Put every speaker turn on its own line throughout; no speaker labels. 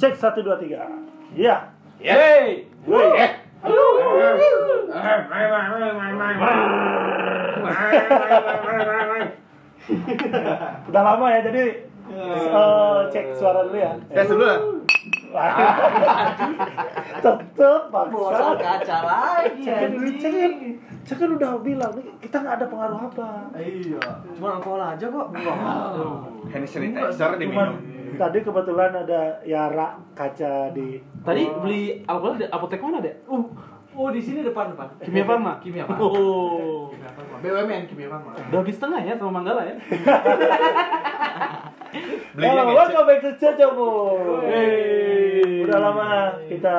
Cek satu dua tiga. Iya.
Ya.
eh.
Yeay!
Woi. Udah lama ya jadi eh, cek suara dulu ya.
Tes dulu lah.
Tetep paksa.
Bosan ke acara lagi
Cekin dulu cekin.
anjing.
Cekin kan udah bilang nih kita nggak ada pengaruh apa.
Iya. Cuma alkohol aja kok.
Hand sanitizer
Cuman
diminum.
tadi kebetulan ada Yara kaca di
Tadi beli alkohol di apotek mana, Dek?
Uh, oh di sini depan depan.
Kimia Farma?
Kimia Farma.
Oh.
Kimia Farma. BUMN Kimia Farma.
Udah habis setengah ya sama Manggala ya?
Belinya
Hello,
ngecek.
welcome back to Ceco Boy.
Hey.
Udah lama kita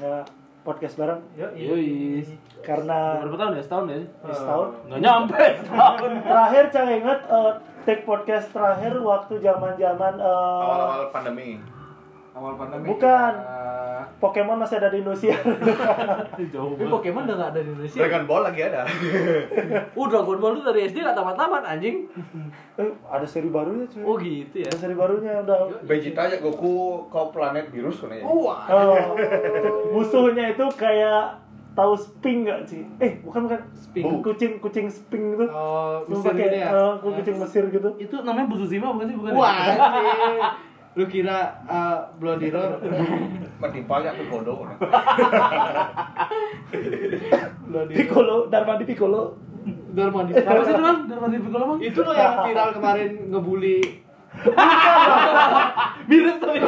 nggak podcast bareng
Iya.
Iya.
Yoi.
karena
Berapa tahun ya? Setahun ya?
di setahun.
Nggak nyampe setahun.
Terakhir saya ingat eh, take podcast terakhir waktu zaman-zaman eh,
Awal-awal pandemi.
Awal pandemi.
Bukan.
Eh,
Pokemon masih ada di Indonesia.
Jauh
Tapi
banget.
Pokemon udah nggak ada di Indonesia.
Dragon Ball lagi ada.
Uh, Dragon Ball tuh dari SD nggak tamat-tamat anjing.
eh, ada seri barunya cuy.
Oh gitu ya.
Ada seri barunya udah.
Vegeta aja Goku kau planet virus kan ya.
Wah.
Oh, musuhnya itu kayak tahu sping nggak sih? Eh bukan bukan
Sping.
Bu- kucing kucing sping gitu.
Oh,
Lu
Mesir
pakai,
gitu ya?
eh, kucing Mesir gitu.
Itu namanya Buzuzima bukan sih? Bukan ya?
Wah. anjing. Lu kira eh, Blondiro?
Mendipalnya ya, aku bodoh.
Blondiro.
Piccolo, Dharma di Piccolo.
Dorman di
Apa sih itu, Bang? Dari Pantai Piccolo, Bang?
Itu loh yang viral kemarin ngebully
Mirip tapi.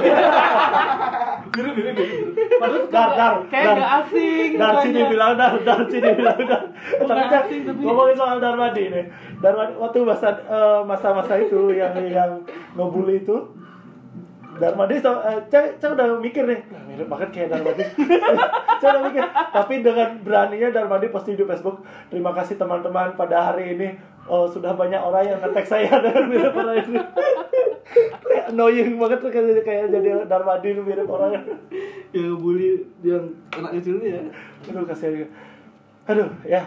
Mirip, mirip, mirip. Padahal
Dar, dar,
kayak
dar.
nggak asing.
Darci
mukanya.
dibilang dar, Darci dibilang dar.
Bukan
Tapi Cak,
asing, tapi-
ngomongin soal Darmadi nih. Darmadi waktu masa eh, masa-masa itu yang yang ngebully itu Darmadi so, eh, Cak Cak udah mikir nih, nah, mirip banget kayak Darmadi. Cak udah mikir, tapi dengan beraninya Darmadi pasti di Facebook. Terima kasih teman-teman pada hari ini eh, sudah banyak orang yang ngetek saya dengan mirip orang ini. Kayak annoying banget tuh kayak kayak jadi Darmadi mirip orangnya.
yang ngebully yang anak kecil itu ya.
Aduh kasihan Aduh ya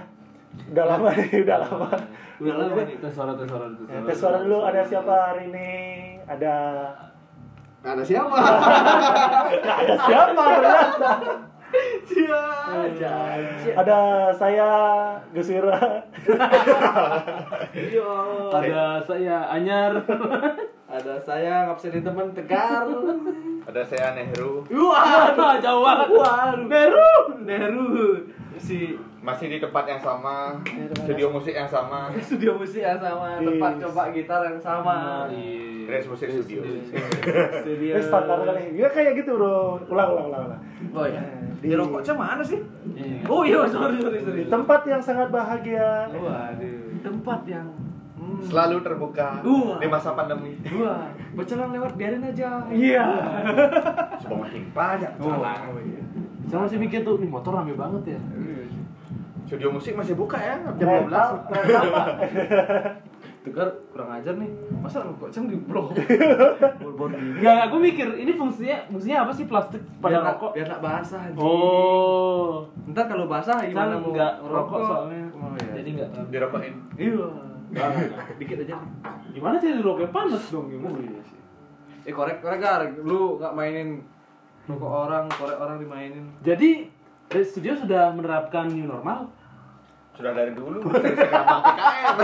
Udah lama nih, udah lama
Udah lama nih.
Tes suara, tes suara, tes
Ya,
suara.
Tes suara dulu, ada siapa hari ini? Ada
Nggak ada siapa?
Nggak Nah, ada siapa ternyata
Iya. Siapa?
Ada saya, Gusira
Iya.
Ada saya Anyar.
Ada saya ngabsenin teman tegar.
Ada saya Nehru
Wah,
Jauh banget.
Waduh.
Meru.
Neru si
masih di tempat yang sama, studio musik yang sama,
studio musik yang sama, tempat coba gitar yang sama. Iya.
Grace Musik Studio.
Studio.
Ini standar kali, ya kayak gitu bro Ulang, ulang, ulang, ulang.
Oh ya.
Di-
Di rokoknya mana sih? Oh iya, sorry sorry sorry.
Di tempat yang sangat bahagia
Waduh. Tempat yang hmm.
Selalu terbuka
Wah.
di masa pandemi.
Wah, becelang lewat biarin aja.
Iya
Sebanyak banyak.
oh, iya.
Saya masih Oh. mikir tuh, nih motor rame banget ya.
Studio musik masih buka ya?
Jam 12.
Jam 12.
Tegar kurang ajar nih. Masa rokok ceng di blok? Bor-bor gini.
Enggak, aku mikir ini fungsinya fungsinya apa sih plastik pada
Biar nak-
rokok?
Biar nak basah anjing.
Iya, Oh.
Ntar kalau basah gimana
Kan
mau
enggak rokok soalnya.
Oh, iya.
Jadi enggak
Dirokokin.
Iya. Dikit aja. Oh, iya
Gimana sih rokoknya panas dong gimana?
Eh korek korek gar, lu nggak mainin rokok orang, korek orang dimainin.
Jadi Red Studio sudah menerapkan new normal.
Sudah dari dulu. Dari segala PKM.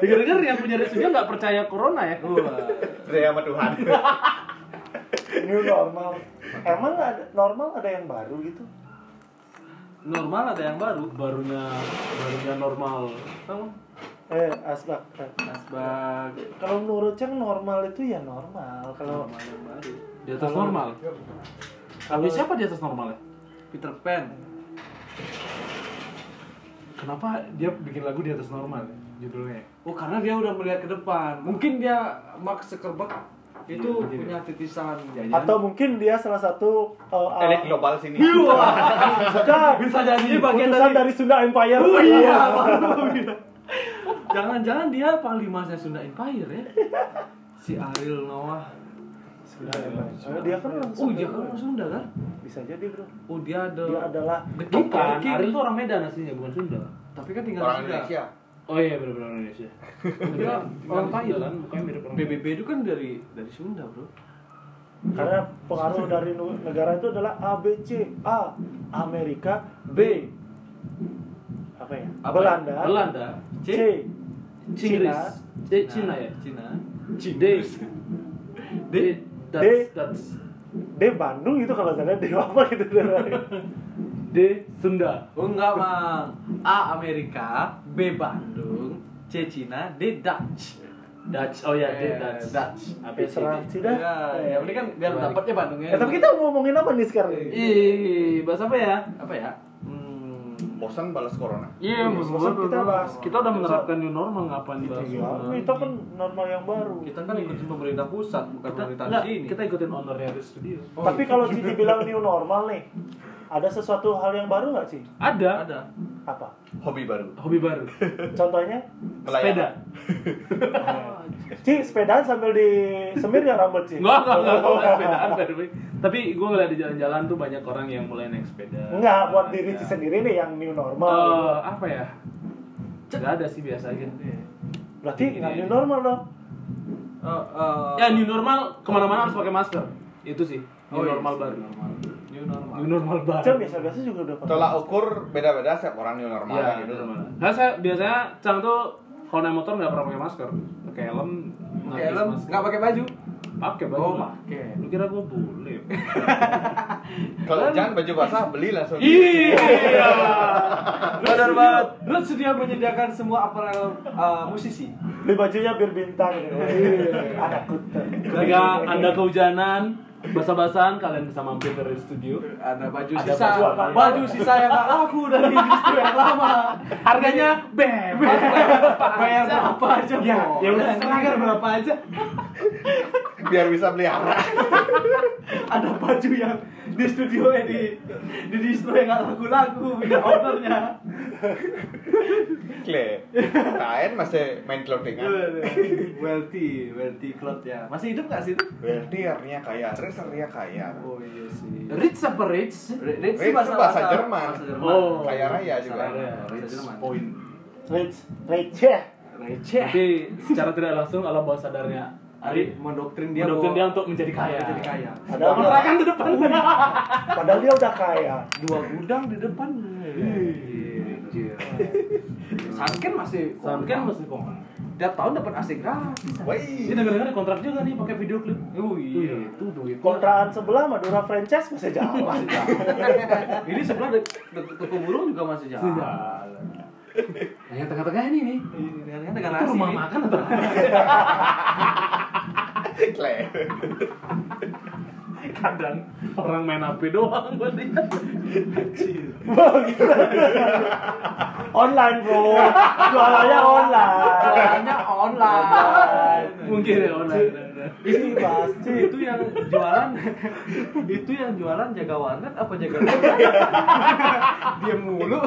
Dengar-dengar yang punya Red Studio nggak percaya corona ya?
Wah.
Percaya sama Tuhan.
New normal Emang ada, normal ada yang baru gitu?
Normal ada yang baru.
Barunya barunya normal.
Kamu
Eh, asbak eh.
asbak
Kalau menurut Ceng normal itu ya normal Kalau
normal yang baru.
Di atas normal. Kalau siapa di atas normal ya?
Peter Pan.
Kenapa dia bikin lagu di atas normal ya, judulnya?
Oh karena dia udah melihat ke depan. Mungkin dia Mark Zuckerberg itu
Iya,
punya titisan jajan.
atau mungkin dia salah satu uh, uh,
Elit global sini.
Iya,
Bukan.
bisa jadi
Ini
bagian
putusan dari,
dari-
Sunda Empire.
Oh iya, baru iya. Jangan-jangan dia panglimanya Sunda Empire ya. Si Ariel Noah. Iya,
Sunda Empire. Dia kan orang
Oh
Sunda.
iya kan orang Sunda kan?
Bisa jadi, Bro.
Oh dia ada.
Dia adalah
The King,
Bukan,
The King.
Ariel itu orang Medan aslinya, bukan Sunda.
Tapi kan tinggal
Orang
di Sunda.
Indonesia.
Oh iya, benar-benar Indonesia.
Dia
orang
orang Thailand.
Thailand, mukanya mirip orang
BBB itu kan dari dari Sunda bro.
karena pengaruh dari nu- negara itu adalah A B C A Amerika B apa ya
Apa?
Belanda
Belanda.
C, Nah,
C.
Cina
Inggris. Eh, Cina ya?
Cina.
C- D. D.
D.
Dutch. Dutch.
D Bandung itu kalau saya lihat D apa gitu
D. Sunda.
Oh, enggak, Bang. A Amerika, B Bandung, C Cina, D Dutch.
Dutch. Oh ya,
Eh,
D. Dutch.
Dutch.
A, B, C, D.
terserah
Ya,
Cina
ya ini kan biar dapatnya Bandung ya.
Eh, tapi kita mau ngomongin apa nih Iya, sekarang
Iya. Ih, bahasa apa ya?
apa ya? Hmm.
Bosan balas corona.
Iya,
Iya,
bos,
bosan
bos,
kita
bos.
bahas.
Kita udah menerapkan new normal ngapain bahas? Iya.
Iya, itu kan normal yang baru
Kita kan ikutin pemerintah pusat, bukan
Kita,
pemerintah
enggak,
di sini.
kita ikutin ownernya di studio.
Oh,
tapi kalau Ci dibilang new normal nih ada sesuatu hal yang baru nggak sih
Ada
ada.
apa
Hobi baru.
hobi baru.
contohnya
Sepeda.
Ci sepedaan sambil di semir ya rambut Ci
Enggak, enggak, enggak, enggak, enggak, sepedaan by the way. Tapi gue ngeliat di jalan-jalan tuh banyak orang yang mulai naik sepeda.
Enggak, buat diri
Ada.
Ci sendiri nih yang new normal
Oh.
Eh, apa ya? Enggak ada sih biasa aja.
Iya.
berarti
gini
nggak
aja.
new normal dong
Eh, eh,
Ya new normal kemana-mana harus pakai masker. Itu sih new
Oh, iya.
normal baru.
new normal.
New normal baru.
Cang biasa-biasa juga udah pakai.
Tolak ukur beda-beda setiap orang new normal
Iya,
gitu.
new normal. Nah, saya biasanya Cang tuh kalau naik motor nggak pernah pakai masker. Pakai helm,
Pakai
ngabis
helm,
masker.
nggak pakai baju.
pakai baju.
Oh,
lah.
pakai.
Lu kira gue boleh?
Kalau jangan baju basah beli langsung.
iya.
Benar banget. Lu sedia menyediakan semua aparel eh, musisi.
Beli bajunya bir bintang gitu. Anak kuta.
Ketika Anda kehujanan, basah-basahan kalian bisa mampir dari studio.
Ada baju
Ada
sisa.
baju apa?
Baju sisa yang nggak laku dari distro yang lama.
Harganya beb.
Bayar berapa aja,
Ya,
Bro?
ya udah seragam berapa aja.
Biar bisa pelihara.
ada baju yang di studio ya di di distro yang nggak laku-laku punya ownernya
Kle. Kain masih main clothingan.
wealthy wealthy cloth ya masih hidup nggak sih itu
Berarti artinya kaya, res artinya kaya.
oh iya sih
Rich apa rich?
Rich
Rich itu bahasa Jerman.
Oh.
Kaya raya juga.
Bahasa Raya, bahasa Jerman.
point.
Rich, receh.
Receh.
Jadi secara tidak langsung alam bawah sadarnya
Ari
Ari
mendoktrin dia
mendokterin dia
bahwa-
untuk menjadi kaya. Iya.
Menjadi kaya.
Padahal
Menerangkan ke depan.
Padahal dia udah kaya.
Dua gudang di depan. Sanken masih
Sanken masih koma.
Tiap tahun dapat AC gratis.
Ini
Woi.
denger-denger kontrak juga nih pakai video klip.
Oh iya.
Itu Gitu, duit.
Kontrakan sebelah Madura franchise masih jalan.
Ini sebelah dek- dek- toko burung juga masih
Iya.
jalan.
Yang Iya, tengah-tengah ini nih.
Dengan dengan
Itu rumah
nih.
makan atau apa?
Kle.
kadang orang main HP doang gue lihat
online bro. Jualannya online.
Jualannya online.
mungkin ya online
Ini Iya, pasti.
itu yang jualan itu yang jualan jaga warnet apa jaga dia mulu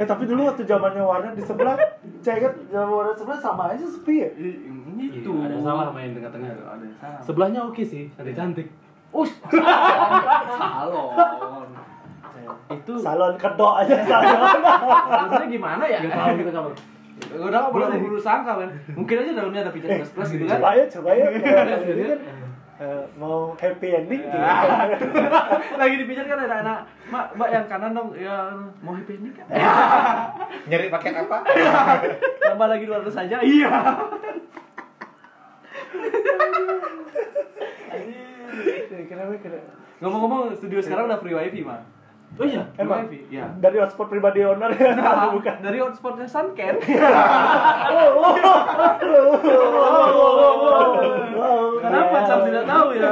Eh tapi dulu waktu zamannya warnet di sebelah, saya ingat zaman warnet sebelah sama aja sepi ya.
itu
Iya, ada salah main tengah-tengah
ada yang salah
sebelahnya oke sih cantik cantik
us salon itu
Salon kedok aja salon.
maksudnya gimana ya
nggak tahu kita kabar
udah nggak boleh buru sangka men mungkin aja dalamnya ada pijat plus plus gitu kan iya,
Coba ya, coba ya. Ini kan eh, mau happy ending gitu.
lagi dipijat kan ada anak mak mbak yang kanan dong ya mau happy ending kan
Nyari paket apa?
tambah lagi 200 aja iya Iya,
Kenapa kenapa?
ngomong-ngomong studio sekarang udah free wifi mah
oh iya
free
Emang?
wifi ya
dari hotspot pribadi owner ya
Nah,
bukan Ya
dari hotspotnya Sunken. Kenapa Cam tidak tahu ya?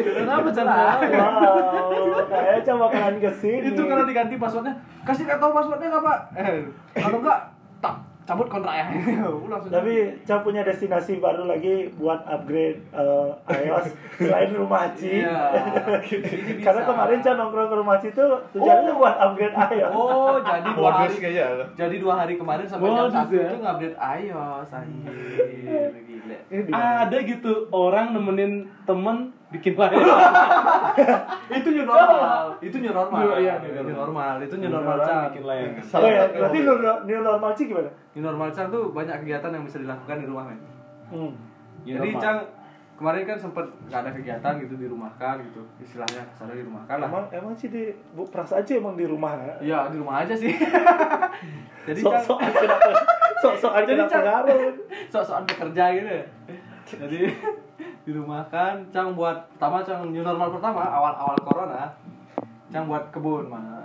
Kenapa Cam tidak tahu? ya?
wow kayaknya coba kalian kesini
Itu kalau diganti passwordnya, kasih nggak tahu passwordnya nggak pak? Eh, kalau nggak, tak cabut kontraknya. Lu langsung
tapi Cam punya destinasi baru lagi buat upgrade eh, iOS selain rumah Ci
Iya. Ini bisa.
karena kemarin Cam nongkrong ke rumah Ci tuh tujuannya buat upgrade iOS
Oh, jadi dua
Modus
hari
kayaknya lo.
jadi dua hari kemarin sampai jam
Modus
satu
ya?
itu ngupdate iOS anjir. Gila.
Ini Eh, di mana?
ada gitu orang nemenin temen bikin layar
Itu new normal. Itu new normal.
New- iya, new
new normal.
normal.
Itu new normal.
Orang
Cam.
bikin layar
Oh ya, berarti new, new normal Ci gimana?
New normal Cang tuh banyak kegiatan yang bisa dilakukan di rumah men.
Hmm.
New
Jadi
normal.
Cang kemarin kan sempet nggak ada kegiatan gitu dirumahkan gitu istilahnya kasarnya dirumahkan lah
Emang emang sih di Bu Pras aja emang di rumah ya.
Iya di rumah aja sih jadi Cang-
Sok-sokan kenapa? Sok-sokan
Jadi,
kenapa
Cang-
ngaruh?
sok-sokan bekerja gitu ya. jadi dirumahkan cang buat pertama cang new normal pertama awal awal corona cang buat kebun mah
Nah,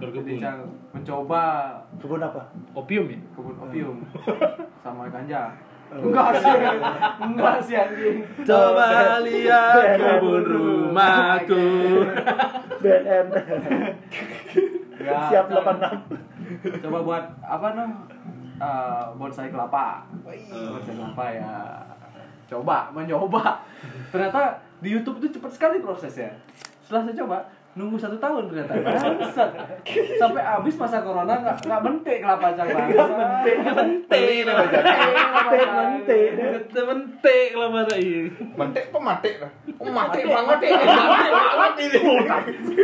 jadi
berkebun
cang mencoba
kebun apa?
opium ya
kebun opium sama ganja
Oh.
enggak sih enggak sih anjing
Coba
lihat
kebun
rumahku.
BNN
Ya,
siap
Cang.
86.
coba buat apa noh Eh, bonsai kelapa bonsai kelapa ya coba mencoba ternyata di YouTube itu cepat sekali prosesnya setelah saya coba nunggu satu tahun ternyata Bangsat. sampai habis masa corona nggak nggak mentik kelapa cang
Nggak mentik.
mentik
Mentik, mentik.
mentik lah masa iya
Mentik apa matik lah? Oh, matik
Matik,
banget deh. Matik banget ini.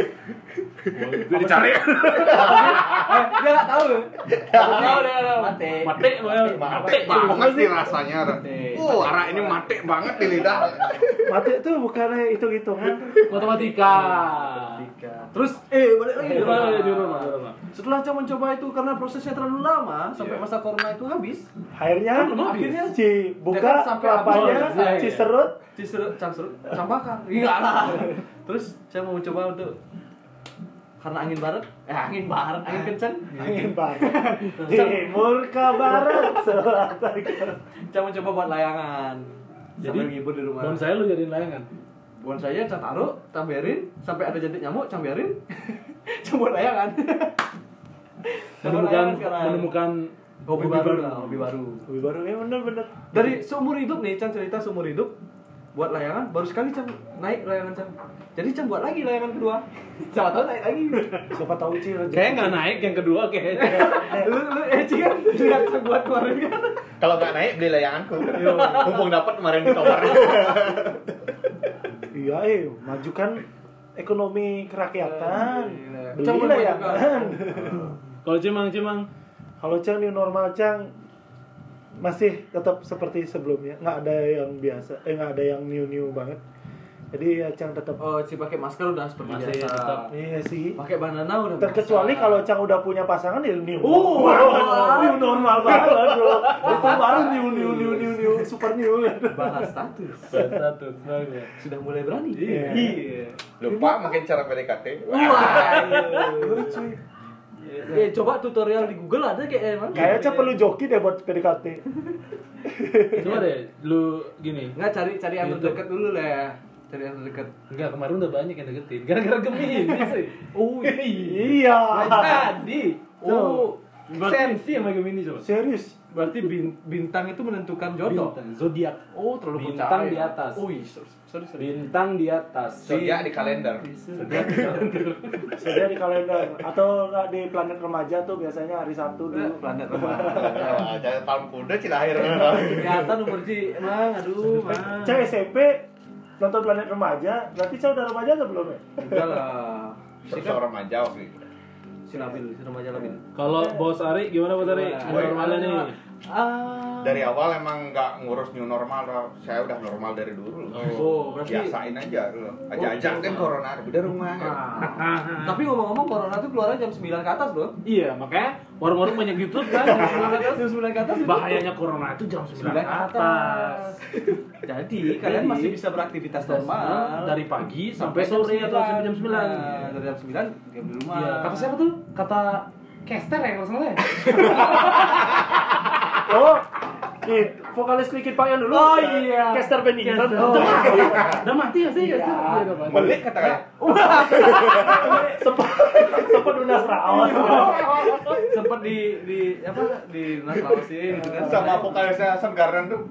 gue dicari
eh, dia nggak tahu loh nggak tahu dia nggak tahu mentik
Matik, Bang.
Matik banget sih rasanya. Ren. Uh, arah ini matik banget di lidah.
Mati itu bukannya hitung-hitungan.
matematika
Tiga.
terus
eh balik lagi
di rumah Iya, di rumah di rumah Iya.
setelah saya mencoba itu karena prosesnya terlalu lama sampai masa corona itu habis
Akhirnya
Kenapa?
akhirnya si buka
Jangan sampai
kelapanya,
habis. Iya,
si
iya.
serut.
Ciserut, cangserut, cambakar. Enggak lah. Terus saya mau coba untuk karena angin barat, eh angin barat, angin kencang.
Angin banget. Timur ke barat, selatan ke
Saya mau coba buat layangan.
Jadi,
sampai ngibur di rumah.
Bon saya lu jadiin layangan
Bon saya saya taruh, saya biarin sampai ada jentik nyamuk, saya biarin. Saya buat layangan. Saya buat
menemukan
layangan sekarang.
menemukan
hobi baru lah, hobi baru.
Lebih baru ya bener-bener.
Dari seumur hidup nih, Cang cerita seumur hidup buat layangan baru sekali Cang naik layangan Cang. Jadi Cang buat lagi layangan kedua. Siapa tahu naik lagi.
Siapa tahu sih
Kayaknya nggak naik yang kedua kayaknya
lu lu Eci kan lihat sebuah kemarin kan
Kalau nggak naik beli layanganku. Mumpung dapat kemarin di kamar.
Iya, eh, majukan ekonomi kerakyatan.
Iya. Coba
Belilah ya.
majukan.
kalau cemang cemang
Kalau Cang new normal Cang masih tetap seperti sebelumnya, nggak ada yang biasa, eh nggak ada yang new new banget. Jadi ya Cang tetap
oh si pakai masker udah seperti
Masih
biasa
tetap.
iya sih.
pakai bandana udah
Terkecuali
biasa.
kalau Cang udah punya pasangan ya new.
Uh,
new normal banget bro. Itu baru new new new new new super new.
bahas status
satu semuanya
sudah mulai berani
Iya.
iya
Lupa makin cara PDKT.
Lucu, cuy.
Eh coba tutorial di Google ada kayak emang.
Kayaknya Cang perlu joki deh buat PDKT.
coba deh lu gini
Enggak cari cari yang
YouTube.
terdekat dulu lah ya. Cari yang terdekat.
Enggak, kemarin udah banyak yang deketin Gara-gara gemin ini sih
Oh,
Iya.
Tadi
oh,
Berarti sensi sama Gemini coba
Serius.
berarti bin- bintang itu menentukan jodoh.
Bintang, zodiak
Oh, terlalu
Bintang
percaya.
di atas.
Oh, iya, sorry, sorry, sorry.
Bintang di atas
Zodiak di kalender.
Sudah di kalender atau nggak di planet remaja tuh biasanya hari Sabtu
Eh,
dulu.
Planet lemah.
Wah, Jangan Nah, tahun kuda cilahir.
Kelihatan umur Ci, emang aduh, emang.
Cah SMP nonton planet remaja, berarti cah udah remaja atau belum ya?
Udah lah. Si kan
Seorang remaja waktu itu.
si Nabil, si remaja Nabil.
Kalau Bos Ari gimana
Oh,
Bos Ari?
Gimana?
Normalnya nih
Iya. Ah.
Dari awal emang nggak ngurus new normal, Rob. saya udah normal dari dulu.
Oh.
Oh, berarti Oh,
Biasain aja dulu. Aja-aja kan corona, udah rumah. ya.
Ah. Tapi ngomong-ngomong corona tuh keluarnya jam 9 ke atas, Bro.
Iya, makanya warung-warung banyak gitu
Jam 9
kan
ke atas, jam 9 ke atas. itu.
Bahayanya corona Nah, itu jam
9
9 ke atas
Jadi, kalian
Jadi, eh,
masih bisa beraktivitas normal
Dari pagi sampai sore atau sampai jam
9.
9
Dari jam 9 diam di rumah.
Iya.
Kata siapa?
tuh? Kata Kester ya kalau salah ya?
Oh, ih, vokalis sedikit Pak Yon dulu.
Oh, iya.
Caster Bennington.
Caster.
Oh.
Udah mati ya sih
Iya.
Kester? udah mati.
Melik
Ya,
katakan.
oh,
sempat sempat unas
Iya,
rawas.
Sempet di di apa di Nasrawasi gitu kan.
sama vokalisnya Asam Garden tuh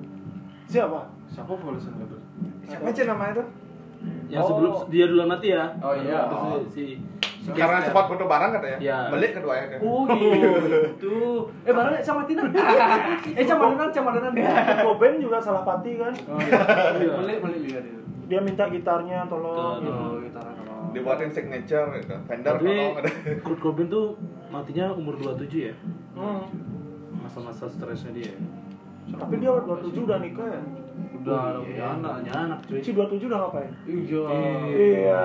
Siapa?
siapa Polisian Label?
siapa aja namanya tuh
Yang sebelum dia duluan mati ya?
Oh, iya.
Terus si si iya.
karena
Kester.
cepat foto barang katanya
Iya.
belik keduanya kan
ya. Oh gitu. Eh barangnya sama Tina. eh sama Denan, sama Denan.
Koben juga salah pati kan.
Iya.
Beli beli juga dia.
Dia minta gitarnya tolong.
Tuh, tuh.
Oh, gitaran sama.
dibuatin signature gitu vendor
Tapi
tolong ada
Kurt Cobain tuh matinya umur 27 ya?
Hmm.
Masa-masa stresnya dia ya?
Tapi dia udah tujuh udah nikah ya.
Oh,
udah udah
iya.
punya anak
punya anak cuy
Cuci 27 udah ngapain?
iya
Iya.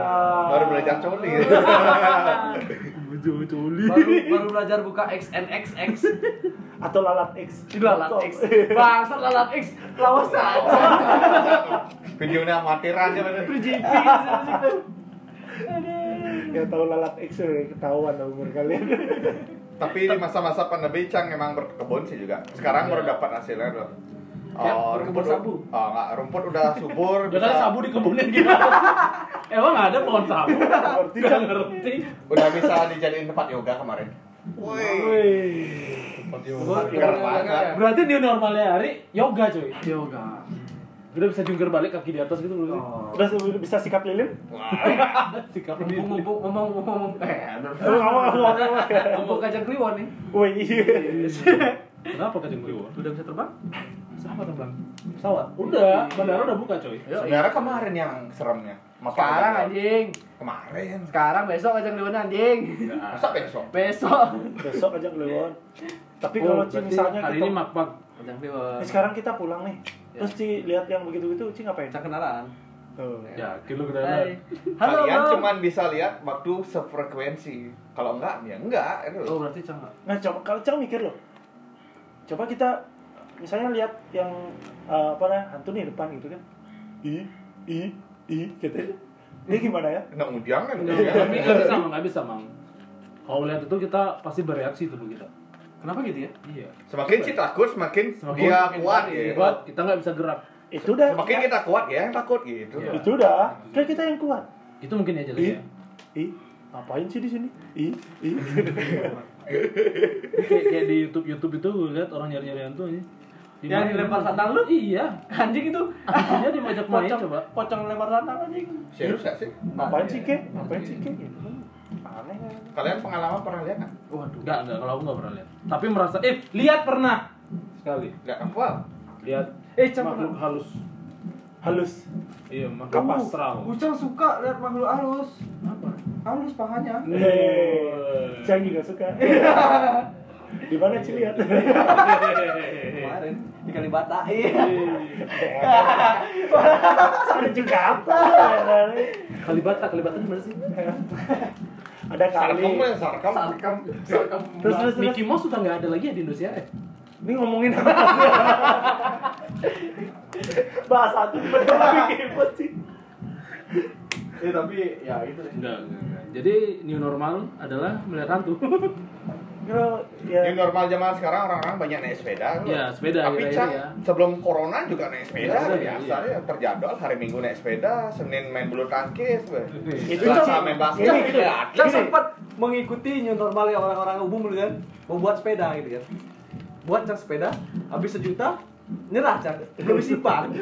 Baru belajar coli. gitu.
Jauh coli.
baru baru belajar buka XNXX
Atau lalat X.
itu lalat X bangsat lalat X lawas aja
Videonya amatiran gitu. aja bener.
PGP
ya tahu lalat X ya ketahuan lah umur kalian.
Tapi di masa-masa pandemi Cang emang berkebun sih juga. Sekarang baru dapat hasilnya loh.
Ya, berkebun
rumput-
sabu.
Oh, enggak, rumput udah subur.
Jangan
bisa-
sabu di kebunnya gimana? Emang ada pohon sabu?
Ngerti
Gak
kan?
ngerti.
Udah bisa dijadiin tempat yoga kemarin. Woi. Tempat yoga.
yoga,
Keren banget.
yoga.
Berarti new normalnya hari yoga cuy.
yoga
Udah bisa jungkir balik kaki di atas gitu belum sih?
Udah bisa sikap lilin?
Wah,
Sikap di
mumpung ngomong ngomong eh
Oh, awal, awal, awal.
mumpung kacang kliwon nih
Woi, iya.
Kenapa kacang kliwon?
udah bisa terbang
Siapa terbang? Pesawat? Udah, bandara udah buka coy.
Sebenarnya kemarin yang seremnya. Masa
sekarang
ada-
anjing
Kemarin.
sekarang besok kacang kliwon anjing
Iya.
Masa besok?
besok
Besok aja keluar. Tapi
Oh,
kalau Ci
berarti
misalnya
hari
kita
ini Ya. makbang.
kacang kliwon
Ini sekarang kita pulang nih. Terus Ci lihat yang begitu-begitu Ci ngapain?
kita kenalan
Tuh.
Ya, kilo
Hai.
kendaraan.
halo
Kalian
bro
cuman bisa lihat waktu sefrekuensi. Kalau enggak, ya enggak. Itu
oh berarti cang
Nah, coba kalau Cang mikir loh. Coba kita misalnya lihat yang eh, apa namanya? Hantu nih depan gitu kan. I i i gitu. Ini gimana ya?
Kena ujang kan?
Tapi nggak bisa, Mang. nggak bisa, Mang. Kalau lihat itu kita pasti bereaksi tubuh kita.
kenapa gitu ya
Iya.
Semakin kita takut, semakin,
Semakin
dia
makin
kuat
hari,
ya.
kuat, kita nggak bisa gerak.
Itu dah.
Semakin kita kuat ya, yang takut gitu.
Iya.
Itu dah. Kan kita yang kuat.
Itu mungkin aja
I
ya.
i ngapain sih di sini? I i
Kayak, kayak di YouTube YouTube itu gue lihat orang nyari nyari hantu aja. Di
Yang
mana?
dilempar sandal lu?
Iya.
anjing itu
Dia diajak main coba.
pocong lempar sandal anjing
Serius gak sih?
ngapain sih ke? Ngapain sih ke? Gitu. Aneh. kan?
Kalian pengalaman pernah lihat nggak?
waduh
Enggak, enggak kalau aku nggak pernah lihat. Tapi merasa eh lihat pernah sekali.
Lihat apa?
Lihat
eh cang
makhluk halus.
Halus.
Iya, makhluk
Kapas.
astral.
Ucang suka lihat makhluk halus apa halus pahanya
Iya.
Hei, Cang juga suka. Di mana Ci lihat?
kemarin di Kalibata iya
Ada juga apa?
Kalibata, Kalibata di mana sih?
Ada
Sarkem
kali.
kan, sarkem.
sarkam
Terus, terus, terus.
Mickey Mouse udah nggak ada lagi ya di Indonesia eh.
Ini ngomongin apa? sih? Bahasa aku bener bikin apa sih?
eh tapi ya gitu deh
Enggak, enggak, enggak. Jadi new normal adalah melihat hantu.
Kalau
Di
ya
normal zaman sekarang orang-orang banyak naik sepeda. loh.
Iya, sepeda,
Tapi
akhir-akhir
Cak,
ya.
sebelum corona juga naik sepeda.
Biasa,
biasa
iya.
ya, terjadwal hari Minggu naik sepeda, Senin main bulu tangkis. weh.
Iya.
itu
Selasa
Cang.
main basket.
Gini, gini.
ya,
Cang sempat mengikuti new normal yang orang-orang umum gitu kan membuat sepeda gitu kan buat cang sepeda habis sejuta nyerah cang belum simpan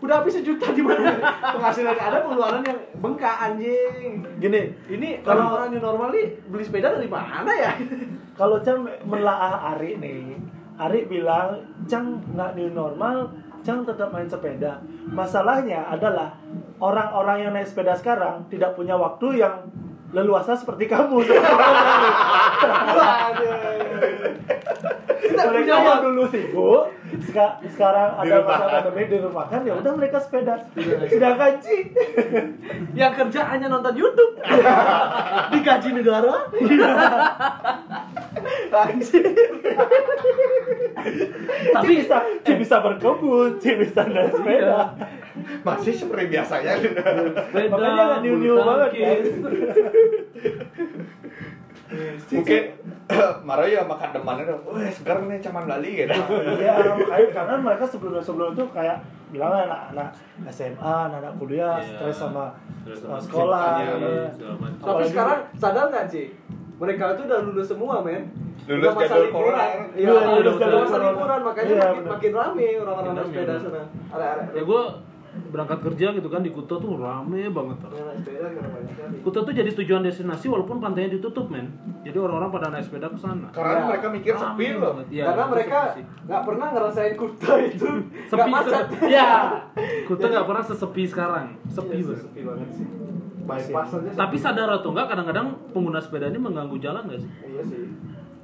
udah habis sejuta di mana penghasilan ada pengeluaran yang bengkak anjing
Gini,
ini kalau orang new normal nih beli sepeda dari mana ya
kalau Cang menelaah Ari nih, Ari bilang Cang nggak new normal, Cang tetap main sepeda. Masalahnya adalah orang-orang yang naik sepeda sekarang tidak punya waktu yang leluasa seperti kamu. mereka yang dulu sibuk seka- sekarang ada masa pandemi di rumah kan ya udah mereka sepeda sedangkan Ci
yang kerja hanya nonton YouTube digaji negara
Ci bisa Ci bisa berkebun Ci bisa
Iya.
naik sepeda
Masih seperti biasanya. gitu.
Sepeda,
Makanya nggak
bulu
new-new banget,
tangkis. Iya.
Mungkin Mario ya makan demannya tuh. Wah, sekarang nih cuman Bali gitu.
Iya.
ya makanya karena mereka sebelum sebelum itu kayak bilang anak-anak SMA anak-anak kuliah
Iya.
stres sama
Stres
sama
sama
sekolah
kesibukannya,
iya.
segala macam.
tapi
Apalagi-
sekarang sadar nggak sih mereka itu udah lulus semua men
Lulus
Udah masa
jadwal
liburan.
corona.
Iya,
Iya,
udah
lulus jadwal
masa
corona.
liburan makanya
Iya,
makin,
benar.
makin rame orang-orang naik
Rame,
sepeda
rame.
sana. Arek-arek.
Ya gue berangkat kerja gitu kan di Kuta tuh rame banget.
Yang naik sepeda karena banyak sekali.
Kuta tuh jadi tujuan destinasi walaupun pantainya ditutup men. Jadi orang-orang pada naik sepeda ke sana.
Karena
Ya.
mereka mikir sepi
Iya. Rame
loh.
banget, iya,
karena
itu
mereka
sepi sih.
nggak pernah ngerasain kuta itu. Nggak
sepi
macet.
sepi- ya. Kuta nggak pernah sesepi sekarang. Sepi
Iya, sih,
banget.
sepi banget sih. Bypass aja.
Tapi
sepi.
sadar atau enggak kadang-kadang pengguna sepeda ini mengganggu jalan nggak sih?
Iya sih.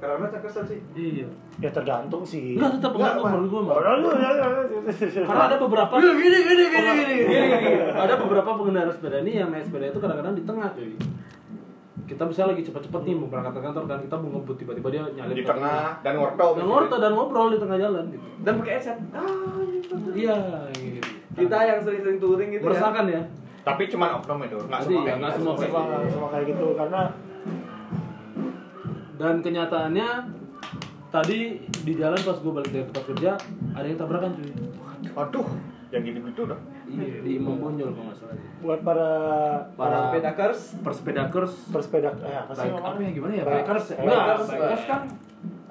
Karena tak kesel sih.
Iya.
ya tergantung sih ya,
Enggak tetap enggak
Enggak,
menurut gue mah. Karena
karena
ada beberapa
Gini gini gini gini gini.
Gini, gini, gini. Iya, ada beberapa pengendara sepeda nih yang naik sepeda itu kadang-kadang di tengah cuy. Kita bisa lagi cepet-cepet nih mau berangkat ke kantor dan kita mau ngebut tiba-tiba dia nyalip
Di
ke
tengah dan wortel.
Iya, Dan ngorto dan ngobrol di tengah jalan gitu.
Dan pakai headset. Ah, gitu.
Iya, gitu.
Kita yang sering-sering touring gitu ya.
meresahkan ya.
Tapi cuman oknum itu, nggak
Jadi,
semua kayak
nggak
gitu.
semua kayak
semua semua kayak gitu karena
Dan kenyataannya tadi di jalan pas gue balik dari tempat kerja ada yang tabrakan cuy.
Aduh, yang gitu-gitu dah.
Iya, di Imam Bonjol kalau nggak salah.
buat para
Para
Para pedakers,
persepedakers
bersepeda eh apa sih
Bike- apa ya
namanya
gimana ya?
Bike-
Bikers ya?
bikers,
Enggak,
pedakers,
bikers
kan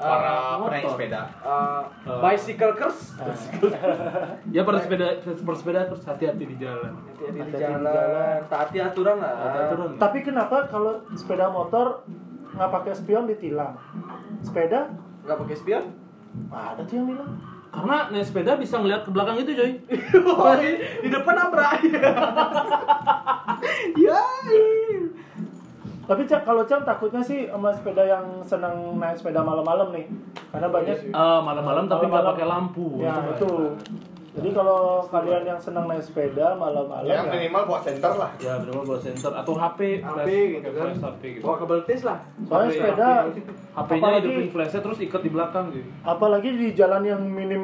Para
Ah, motor.
penaik sepeda.
uh, ah,
Eh.
bicycle curse.
Ya bersepeda bersepeda terus hati-hati di jalan.
Hati-hati di
Hati-hati di
jalan,
jalan.
taati aturan lah.
Ada aturan.
tapi kenapa kalau sepeda motor nggak pakai spion ditilang sepeda
Enggak pakai spion?
ada tuh yang bilang
Karena naik sepeda bisa ngeliat ke belakang itu, coy.
di depan nabrak. ya. iya.
tapi cak kalau cak takutnya sih sama sepeda yang senang naik sepeda malam-malam nih karena banyak Iya,
Eh, malam-malam tapi
Malam-malam.
nggak pakai lampu.
ya
Coba.
itu jadi kalau kalian yang senang naik sepeda malam-malam
Ya
ya,
minimal buat center lah.
Ya benar bawa sensor atau HP,
HP gitu kan.
pakai flash HP gitu.
Bawa kabel tis lah.
soalnya
Tapi-
sepeda
HP-nya
Apalagi-
hidupin flashnya terus ikat di belakang gitu.
apalagi di jalan yang minim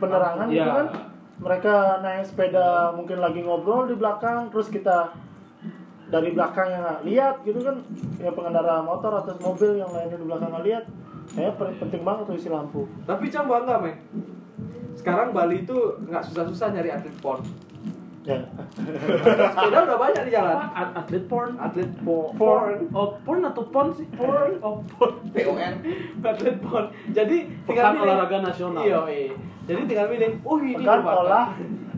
penerangan gitu
Iya.
kan mereka naik sepeda mungkin lagi ngobrol di belakang terus kita dari belakang yang nggak lihat gitu kan ya pengendara motor atau mobil yang lainnya di belakang nggak lihat ya penting banget tuh isi lampu
Tapi Cang bangga, men. Sekarang Bali itu nggak susah-susah nyari atlet pon.
ya
Sepeda udah banyak di jalan.
Apa? At- atlet porn?
Atlet po-
Porn.
porn.
Oh, porn atau porn sih? Porn. Oh, porn.
PON.
Atlet porn. Jadi
Pekan olahraga nasional.
Iya, iya. Jadi tinggal milih. Oh, ini
pekan
gua bakal.
olah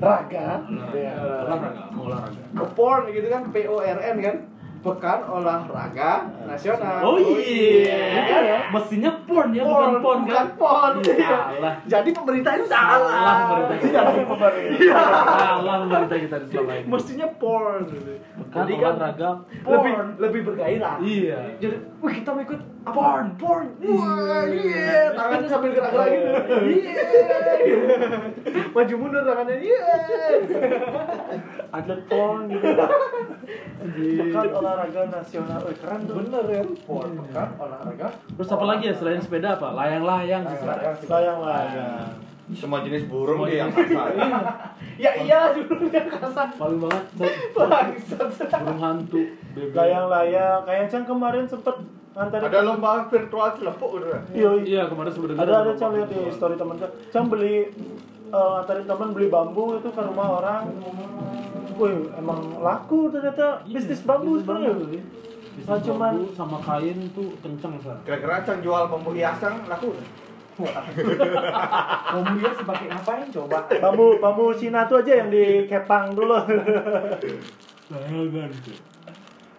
raga ya.
Olahraga, mau olahraga.
porn gitu kan PORN kan. Pekan olahraga nasional.
Oh iya.
Iya, ya.
Mestinya porn ya,
Porn,
bukan porn kan?
bukan porn.
Iya, salah.
Jadi pemerintah itu salah.
pemerintah itu salah. iya. Salah pemerintah kita di selama ini.
Mestinya porn gitu.
Kan
Jadi kan
olahraga
lebih
porn.
lebih bergairah.
Iya.
Jadi, wih kita mau ikut apa? Porn, porn. Wah, iya. Tangannya sambil gerak-gerak gitu. Iya. Maju mundur tangannya. Iya.
atlet pon gitu pekan olahraga nasional Eh, keren tuh
Bener ya. Porn, pekan, olahraga.
Iya. Terus apa lagi ya selain sepeda apa? Layang-layang sih sekarang.
layang layang
Semua jenis burung
Semua
dia yang
jenis.
pasar.
Ya iya dulu dia kasar.
Paling banget
Bangsat.
burung hantu, bebek.
layang layang kayak Chan kemarin sempet nganterin
Ada lomba virtual celepuk udah.
Iya, iya.
Iya, kemarin sempat dengar
ada ada Chan lihat di story temen Chan Chan beli eh, nganterin temen beli bambu itu ke rumah orang Wih, emang laku ternyata
Iya,
bisnis bambu
bisnis bambu,
sebenarnya.
iya. Bisnis
Nah, cuman-
bambu sama kain tuh kenceng sah.
Kira-kira cang jual bambu hiasan laku. nggak?
Kamu lihat sebagai ngapain coba?
Bambu bambu Cina tuh aja yang dikepang dulu.
Layangan tuh.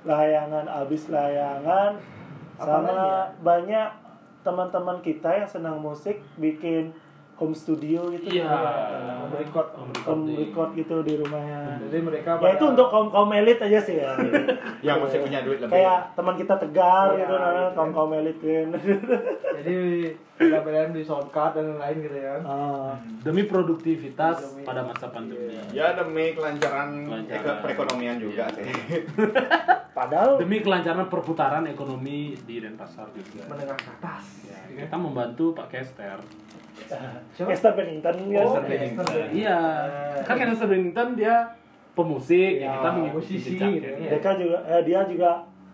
layangan abis layangan
Apa
sama
lagi ya?
banyak teman-teman kita yang senang musik bikin home studio gitu.
Iya.
Home record, home record gitu di rumahnya.
Jadi mereka
Ya itu untuk kaum kaum elit aja sih ya.
Yang masih punya duit lebih.
Kayak teman kita tegar
Iya,
gitu nah,
gitu
kaum
ya.
kaum elit kan.
jadi bela-belaan di shortcut dan lain-lain gitu ya.
Ah,
Demi produktivitas
Demi-
pada masa pandemi.
Ya demi kelancaran
Kelancaran.
eko- perekonomian juga sih.
padahal
Demi kelancaran perputaran ekonomi di Denpasar juga.
Menengah ke atas.
Ya, kita membantu Pak Kester.
Siapa?
Esther Bennington kan.
Oh,
Kester Bennington.
Bennington.
Iya. Kan Kester Bennington dia pemusik,
Iya,
ya, kita mengikuti
musisi
jejaknya
gitu
dia.
ya.
Mereka juga eh, dia juga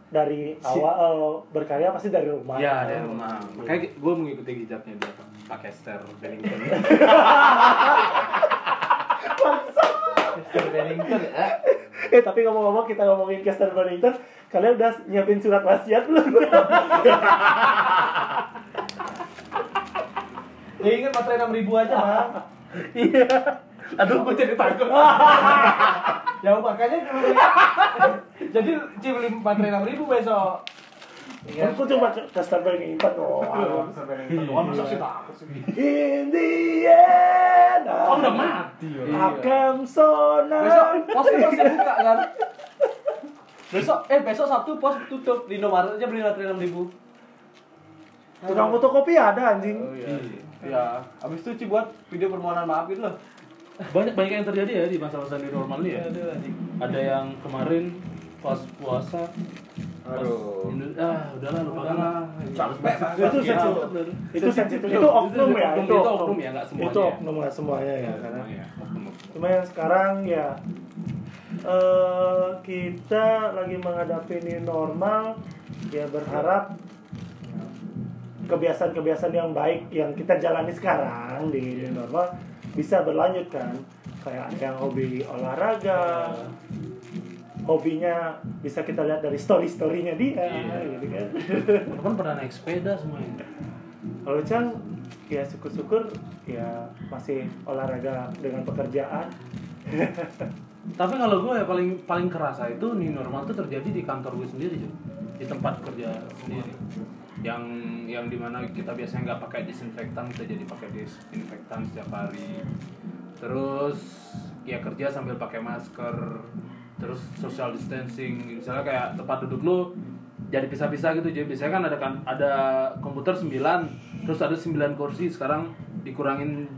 dari awal eh, berkarya pasti dari rumah.
Iya, dari rumah. Makanya gue mengikuti jejaknya dia, Pak. Pak Kester Bennington.
Mr. Bennington ya.
Eh tapi ngomong-ngomong kita ngomongin Kester Bennington, kalian udah nyiapin surat wasiat belum?
Ya ingat materai 6000 aja, Bang.
Iya.
Aduh, gue jadi takut.
Ya makanya dulu. Jadi cibeli materai 6000 besok. Iya.
Aku cuma Kester Bennington doang.
Mr. Bennington. Wah, masa kan sih takut sih?
In the end,
Oh, udah mati. ya.
I come so
Besok
now.
pos pos buka kan. Besok eh besok Sabtu pos tutup di Indomaret aja beli materai 6000.
Tukang fotokopi ada anjing.
Oh iya. Iya. Abis itu Ci buat video permohonan maaf gitu loh.
banyak banyak yang terjadi ya di masa-masa di normal ini ya
Aduh anjing.
ada yang kemarin pas puasa pas
Aduh.
Indo- ah udahlah lupakan lah
Udahlah.
Capek banget.
Itu
Iya.
sensitif. Itu sensitif. Itu oknum ya.
Itu oknum ya, nggak semuanya
Itu
ya.
oknum nggak semuanya ya. Karena
Iya, oknum.
cuma yang sekarang ya eh kita lagi menghadapi ini normal ya berharap kebiasaan-kebiasaan yang baik yang kita jalani sekarang di
Iya.
new normal bisa berlanjut kan kayak ada yang hobi olahraga
Iya.
hobinya bisa kita lihat dari story storynya dia
Iya.
gitu kan
Teman pernah naik sepeda semuanya.
kalau Cang ya syukur-syukur ya masih olahraga dengan pekerjaan
Tapi kalau gue ya paling paling kerasa itu new normal tuh terjadi di kantor gue sendiri, Jo. di tempat kerja sendiri. Yang yang dimana kita biasanya nggak pakai disinfektan, kita jadi pakai disinfektan setiap hari. Terus ya kerja sambil pakai masker. Terus social distancing, misalnya kayak tempat duduk lu jadi pisah-pisah gitu jadi biasanya kan ada kan ada komputer 9 terus ada 9 kursi sekarang dikurangin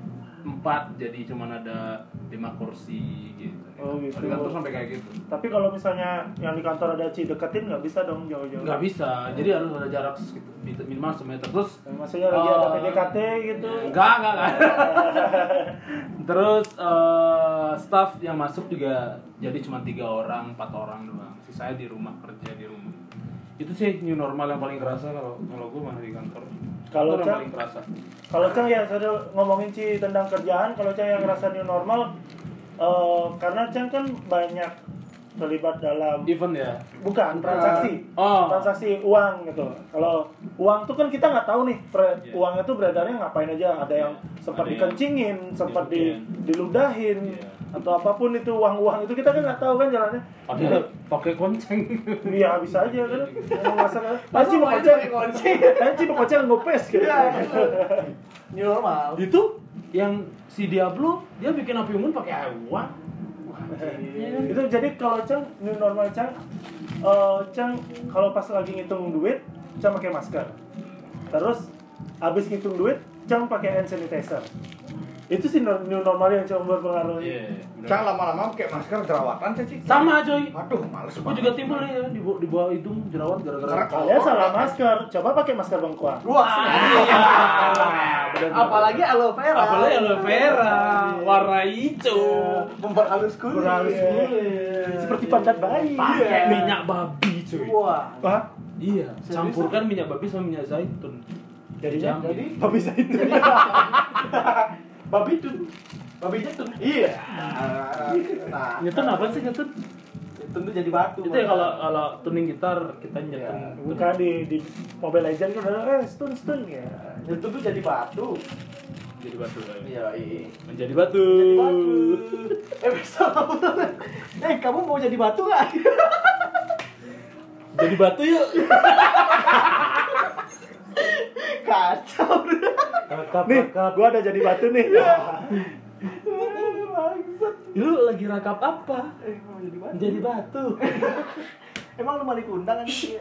4 jadi cuman ada 5 kursi gitu
Oh, gitu.
Di kantor sampai kayak gitu
Tapi kalau misalnya yang di kantor ada Ci deketin nggak bisa dong jauh-jauh.
nggak bisa jadi harus ada jarak sekitar- minimal 1 meter terus
Eh, Maksudnya lagi ada
eh,
PDKT gitu.
enggak enggak enggak terus eh, staff yang masuk juga jadi cuma tiga orang empat orang doang sisanya di rumah kerja di rumah itu sih new normal yang paling kerasa kalau kalau gue malah di kantor
Kalau
Itu yang
Cak?
paling kerasa
Kalau Cang ya tadi ngomongin Ci tentang kerjaan, kalau Cang yang ngerasa new normal eh, karena Cang kan banyak terlibat dalam
event ya
bukan transaksi.
oh
transaksi uang gitu. Kalau uang tuh kan kita nggak tahu nih pre-
Iya.
uangnya tuh beredarnya ngapain aja. Ada yang sempat
Ada yang
dikencingin, sempat di,
diludahin.
diludahin
Iya.
atau apapun itu uang-uang itu kita kan nggak tahu kan jalannya.
ada yang pakai konceng
Iya bisa aja kan. Emang masalah. Aci mau
Masa
kocak,
pakai kunci?
Aci mau kocak ngopes gitu.
New normal.
itu yang si Diablo dia bikin api unggun pakai uang
itu jadi kalau cang new normal cang, eh, cang kalau pas lagi ngitung duit cang pakai masker. Terus abis ngitung duit cang pakai hand sanitizer. Itu sih nor- new normal yang cang berpengaruh.
Cang lama-lama pakai masker jerawatan sih, Ci.
sama coy
Aduh, males
gue
banget.
juga timbul nih Iya, ya, di, bawah- di bawah hidung jerawat gara-gara
Karena-
Kalian salah masker, coba pakai masker bengkuang.
Wah.
bener-bener.
Iya. Apalagi aloe vera. Iya.
apalagi aloe vera warna Gitu. hijau
Memperhalus kulit.
Berhalus kulit. Seperti pantat bayi.
pakai
Iya.
minyak babi cuy
Wah.
Wah,
iya campurkan minyak babi sama minyak zaitun
Iya,
jadinya
Jadi?
habis itu.
Babi tun. Babi nyetun. Iya. Nah,
nyetun apa sih nyetun
nyetun tuh jadi batu.
itu ya kalau kalau tuning gitar kita nyetun
Iya.
Bukan di di Mobile Legends kan ada eh stun stun ya.
nyetun tuh jadi batu.
jadi batu coy.
Iya, iya.
menjadi batu
Jadi batu. Eh, bisa kamu Eh, kamu mau jadi batu nggak?
jadi batu yuk
Kacau.
Nih, gua ada jadi batu nih.
Bangsat.
lu lagi rakap apa
Eh, mau jadi batu.
jadi batu
Emang lu malik undang anjing.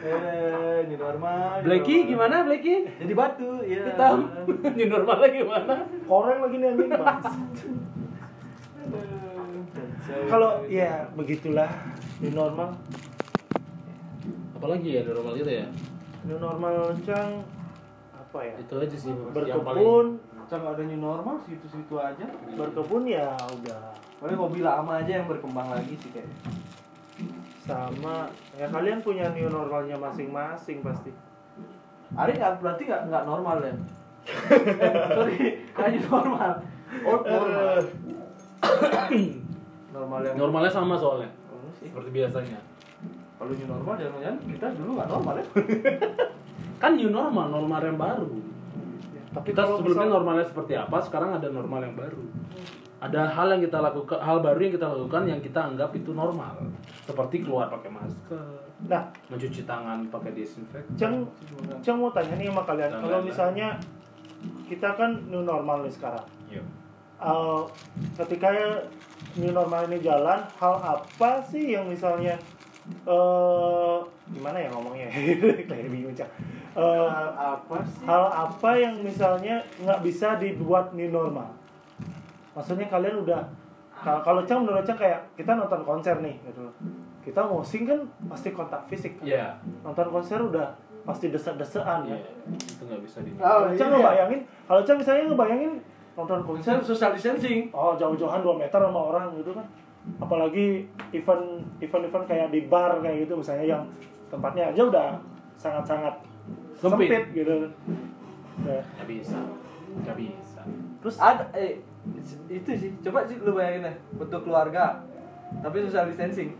Eh, ini gitu. normal.
Blacky gimana Blacky
Jadi batu, ya.
hitam di normalnya gimana
Koreng lagi nih anjing bang. kalau ya begitulah new normal
apalagi ya di normal gitu ya
new normal cang apa ya
itu aja sih yang paling
berkebun
Cang ada new normal situ-situ aja.
berkebun ya udah
Paling hobi lama aja yang berkembang lagi sih kayaknya.
sama ya kalian punya new normalnya masing-masing pasti
Ari nggak berarti nggak nggak normal ya? Eh, Sorry, kayak normal. Oh normal. normal yang
normalnya sama soalnya
Oh, sih.
seperti biasanya
Kalau new normal jangan-jangan kita dulu nggak normal ya?
kan new normal normal yang baru
tapi
kita
kalau
sebelumnya
misal-
normalnya seperti apa sekarang ada normal yang baru ada hal yang kita lakukan hal baru yang kita lakukan yang kita anggap itu normal seperti keluar pakai masker
nah
mencuci tangan pakai disinfektan
cang cang mau tanya nih sama kalian
Nah,
kalau
nah, nah.
misalnya kita kan new normal nih sekarang
Yuk.
Eh, ketika new normal ini jalan hal apa sih yang misalnya eh gimana ya ngomongnya kayak bingung Cak. Eh,
apa sih?
hal apa yang misalnya nggak bisa dibuat new normal maksudnya kalian udah kalau kalau Cang menurut Cang kayak kita nonton konser nih gitu loh kita mau sing kan pasti kontak fisik kan?
Iya.
nonton konser udah pasti desak-desekan
Iya.
kan
Itu nggak bisa di.
Oh,
kalau Cang
iya.
ngebayangin kalau Cang misalnya ngebayangin nonton konser
Saya social distancing.
oh jauh-jauhan 2 meter sama orang gitu kan apalagi event event event kayak di bar kayak gitu misalnya yang tempatnya aja udah sangat-sangat sempit,
Sempit.
gitu Ya.
Nggak bisa. Nggak bisa.
terus
Ada eh itu sih. Coba sih lu bayangin deh untuk keluarga tapi social distancing.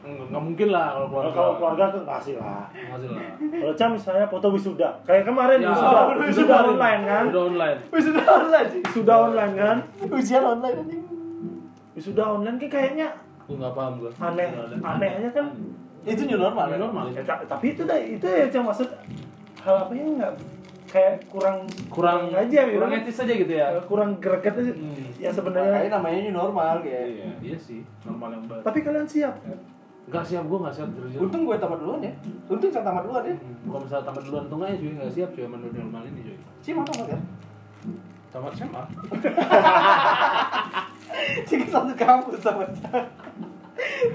Nggak, nggak mungkin lah kalau
Kalau-
keluarga.
kalau keluarga tuh kasih lah
Masih lah.
kalau Cam misalnya foto wisuda kayak kemarin
Ya,
wisuda
oh,
wisuda,
wisuda
online kan
Udah online.
Wih sudah online sih.
wisuda online kan
Ujian online anjing.
wisuda online kan kayaknya
Gue nggak paham gue.
Aneh. Anehnya kan-
Itu new normal
Aneh.
ya?
normal.
ya, ta- tapi itu dah itu ya Cam maksud hal apa yang nggak kayak kurang
Kurang
aja gitu
Kurang
kan.
etis aja gitu ya.
Eh, kurang greget aja
Hmm.
ya sebenarnya
Makanya namanya new normal kayak.
Iya, iya sih. Normal yang baru.
tapi kalian siap
Nggak siap gue nggak siap kerja.
Untung gue tamat duluan ya. Untung saya tamat duluan ya.
Hmm, Kalau misalnya tamat duluan tuh nggak ya, cuy nggak siap cuy menurut normal ini cuy.
Cima tamat ya.
Tamat SMA.
Cima satu kampus sama saya.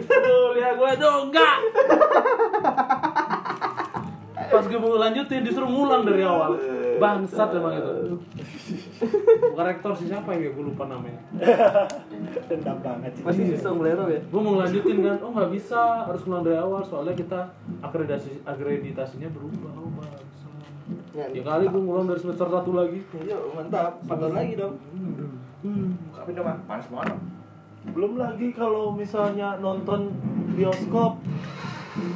Tuh, lihat gue tuh enggak. Pas gue mau lanjutin disuruh ngulang dari awal. Bangsat emang itu. Bukan rektor sih siapa ya gue lupa namanya.
dendam banget Iya. sih.
Masih susah melero ya.
Gue mau lanjutin kan, oh nggak bisa, harus ngulang dari awal soalnya kita akreditasi akreditasinya berubah. Oh, bangsat. Ya kali gue ngulang dari semester satu lagi.
Yuk, Iya, mantap. Pantas lagi dong. Buka pintu mah.
Panas banget.
belum lagi kalau misalnya nonton bioskop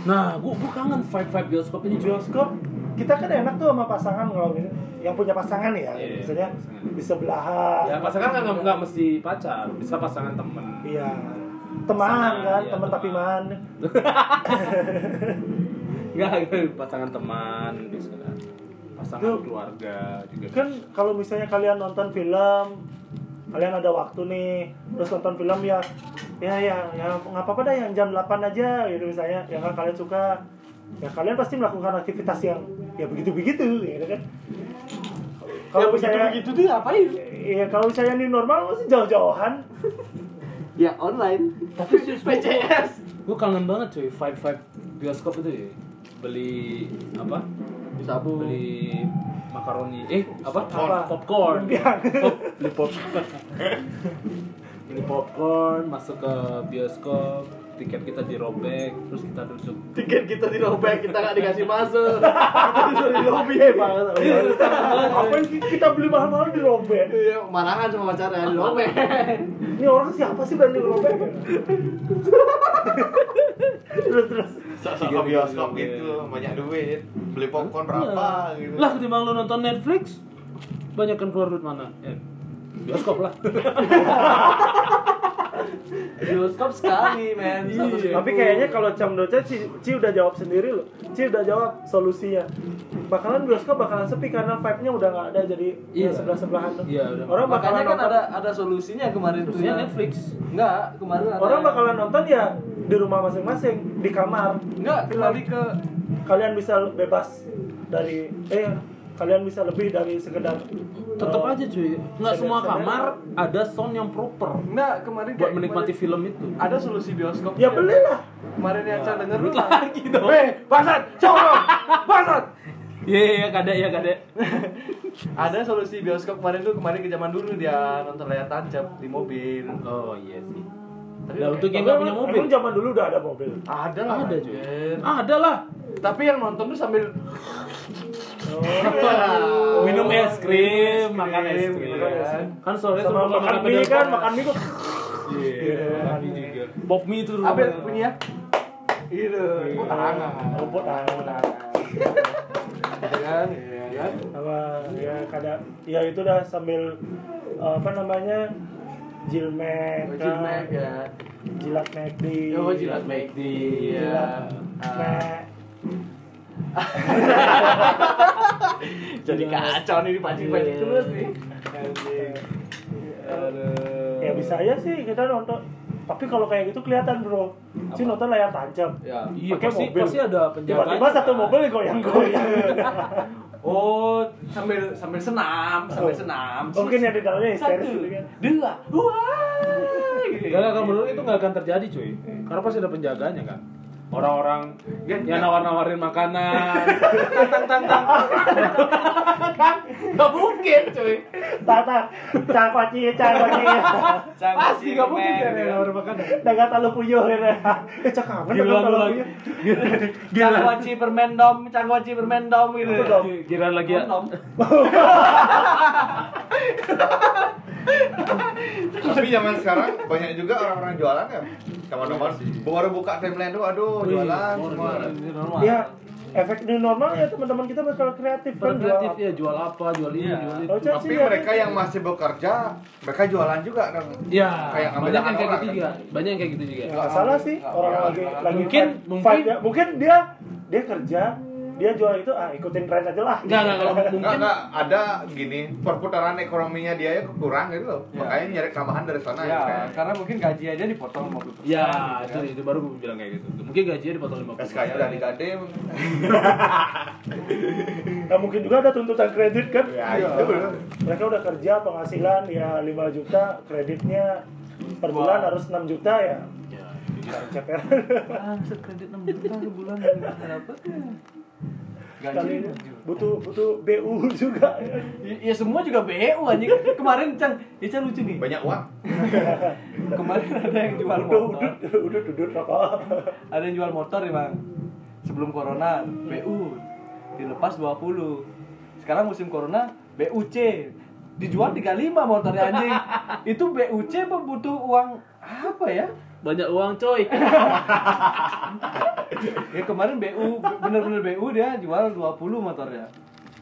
Nah, gue gue kangen fight fight bioskop ini cuy.
bioskop kita kan enak tuh sama pasangan kalau ini- yang punya pasangan ya
Iya,
misalnya
pasangan.
di sebelahan
Ya pasangan kan nggak- nggak mesti pacar, bisa pasangan temen.
iya teman
Pasangan,
kan
iya,
teman
teman.
tapi man
Enggak, pasangan teman bisa. Pasangan
Itu-
keluarga juga.
kan kalau misalnya kalian nonton film kalian ada waktu nih terus nonton film ya ya ya ya nggak apa-apa dah yang jam 8 aja gitu misalnya yang kan kalian suka ya kalian pasti melakukan aktivitas yang ya begitu begitu gitu kan
Kalau
Ya,
kalau
begitu
misalnya
begitu tuh ngapain?
Iya, kalau misalnya ini normal mesti jauh-jauhan.
Ya online. Tapi sus PCS.
gue kangen banget cuy vibe vibe bioskop itu ya beli apa
Sabu.
beli makaroni eh apa
Popcorn.
popcorn Iya.
Lumpiang.
Pop, beli popcorn beli popcorn masuk ke bioskop tiket kita dirobek terus kita duduk
Tiket kita dirobek, kita nggak dikasih masuk. Kita disuruh di lobby banget.
Apa yang kita beli mahal-mahal dirobek?
Iya, marahan sama pacarnya di lobby.
Ini orang siapa sih berani dirobek? terus terus.
Sok-sok ke bioskop gitu, banyak duit, beli popcorn berapa gitu.
Iya. lah ketimbang lu nonton Netflix banyak kan keluar duit mana Eh, bioskop lah
Bioskop sekali, men. Satu
Iya.
Tapi kayaknya kalau Cam Doca Ci, Ci udah jawab sendiri loh. Ci udah jawab solusinya. Bakalan bioskop bakalan sepi karena vibe-nya udah nggak ada jadi
Iya.
ya sebelah-sebelahan. tuh.
Iya, udah.
Orang bakalan
Makanya kan
nonton,
ada ada solusinya kemarin tuh. ya.
terusnya ya Netflix
Enggak, kemarin ada.
orang bakalan nonton ya di rumah masing-masing, di kamar.
enggak kembali ke
kalian bisa bebas dari eh kalian bisa lebih dari sekedar
tetap aja cuy nggak semua
Sadar-sadar.
kamar ada sound yang proper
enggak kemarin
buat menikmati film itu
ada solusi bioskop.
ya belilah
Kemarin yang saya denger
Duit
lu lah. Eh,
lagi dong
Weh, bangsat, corong, bangsat.
Iya, iya, iya, kada, iya, kada.
Ada solusi bioskop kemarin tuh kemarin ke zaman dulu dia nonton layar tancap di mobil.
Oh iya sih.
Tapi
Nah,
oke.
untuk yang nggak punya
Emang-
mobil.
emang zaman dulu udah ada mobil
Ada lah.
Ada,
anjir.
Ah, ada lah.
Tapi yang nonton tuh sambil
Iya.
Minum es
Minum
krim,
es
makan es
krim,
krim.
gitu kan.
Kan sore
sama
sebelum
makan mie
pedal
kan
pop.
makan mie kok
Iya, makan mie juga. Pop mie itu.
Abel
namanya.
punya. Gitu. ya.
Iya.
Tepuk tangan.
rumput ah,
Gitu kan? Iya kan?
sama ya kada ya itu dah sambil eh, apa namanya jilmek kan.
Oh, Jilat ya.
jilat McD
Oh, jilat McD. Iya.
Jilat Mac.
Jadi kacau nih dipancing-pancing terus nih. Iya.
ya bisa aja sih kita nonton tapi kalau kayak gitu kelihatan bro si nonton layar tancap
Ya.
Iya,
Pakai
pasti,
mobil.
pasti ada penjagaan.
tiba-tiba satu mobil goyang-goyang
Oh, sambil sambil senam, sambil senam.
Oh, mungkin yang di dalamnya
Satu,
histeris gitu kan
dua, dua.
Gak, gak, gak, menurut itu gak akan terjadi cuy Karena pasti ada penjagaannya kan Orang-orang yang nawar-nawarin makanan Tantang, tantang
Gak mungkin, cuy.
tata cah kunci cah kunci
Pasti gak mungkin
Iya,
kan yang nawarin makanan
dah gak tahu puyuh gitu eh cah kangen
Gila,
dah
lu
tahu
lagi
puyuh
ya,
Cangwaci permen dom, cangwaci permen dom gitu.
Itu dong.
Kira lagi ya
Dom.
Tapi zaman sekarang banyak juga orang-orang jualan ya. Teman-teman baru buka timeline tuh, aduh jualan semua.
ya efek new normal ya teman-teman kita bakal kreatif kan
kreatif
jual
ya, jual apa, jual ini,
Iya.
jual
Oh,
itu
Cak,
Tapi
sih, ya,
mereka
kan?
yang masih bekerja, mereka jualan juga kan.
Ya,
Kayak ngambil
banyak yang kayak
anak orang
gitu
kan.
juga Banyak yang kayak gitu juga
nggak salah sih
nggak
orang
nggak
lagi
nggak.
lagi
Mungkin-
vibe-
mungkin-
vibe-nya. mungkin dia dia kerja dia jual itu ah ikutin tren aja lah
Enggak, enggak, kalau
Enggak,
mungkin
enggak, ada gini, perputaran ekonominya dia ya kurang gitu loh. Makanya nyari tambahan dari sana ya.
Ya,
kayak.
karena mungkin gaji aja dipotong 50%.
Ya, itu,
gitu kan.
itu baru gue bilang kayak gitu Mungkin gajinya dipotong 50
SK-nya udah digade.
Nah, mungkin juga ada tuntutan kredit kan
Iya,
Ya, itu belum.
mereka udah kerja penghasilan ya 5 juta kreditnya per
Wah.
bulan harus 6 juta ya
Ya,
CPR
Bangsat Ah, kredit 6 juta sebulan nggak dapet ya. Gaji
kali
6 juta.
butuh butuh BU juga
Ya, ya semua juga BU anjing. Kemarin Cang, ya Cang lucu nih.
Banyak uang.
Kemarin ada yang jual
udah
motor.
udut udut udut rokok
Ada yang jual motor nih, Bang. Sebelum corona BU dilepas 20. Sekarang musim corona BUC dijual 35 motornya anjing. Itu BUC apa butuh uang apa ya?
Banyak uang coy
Ya kemarin BU bener-bener BU dia jual 20 motornya.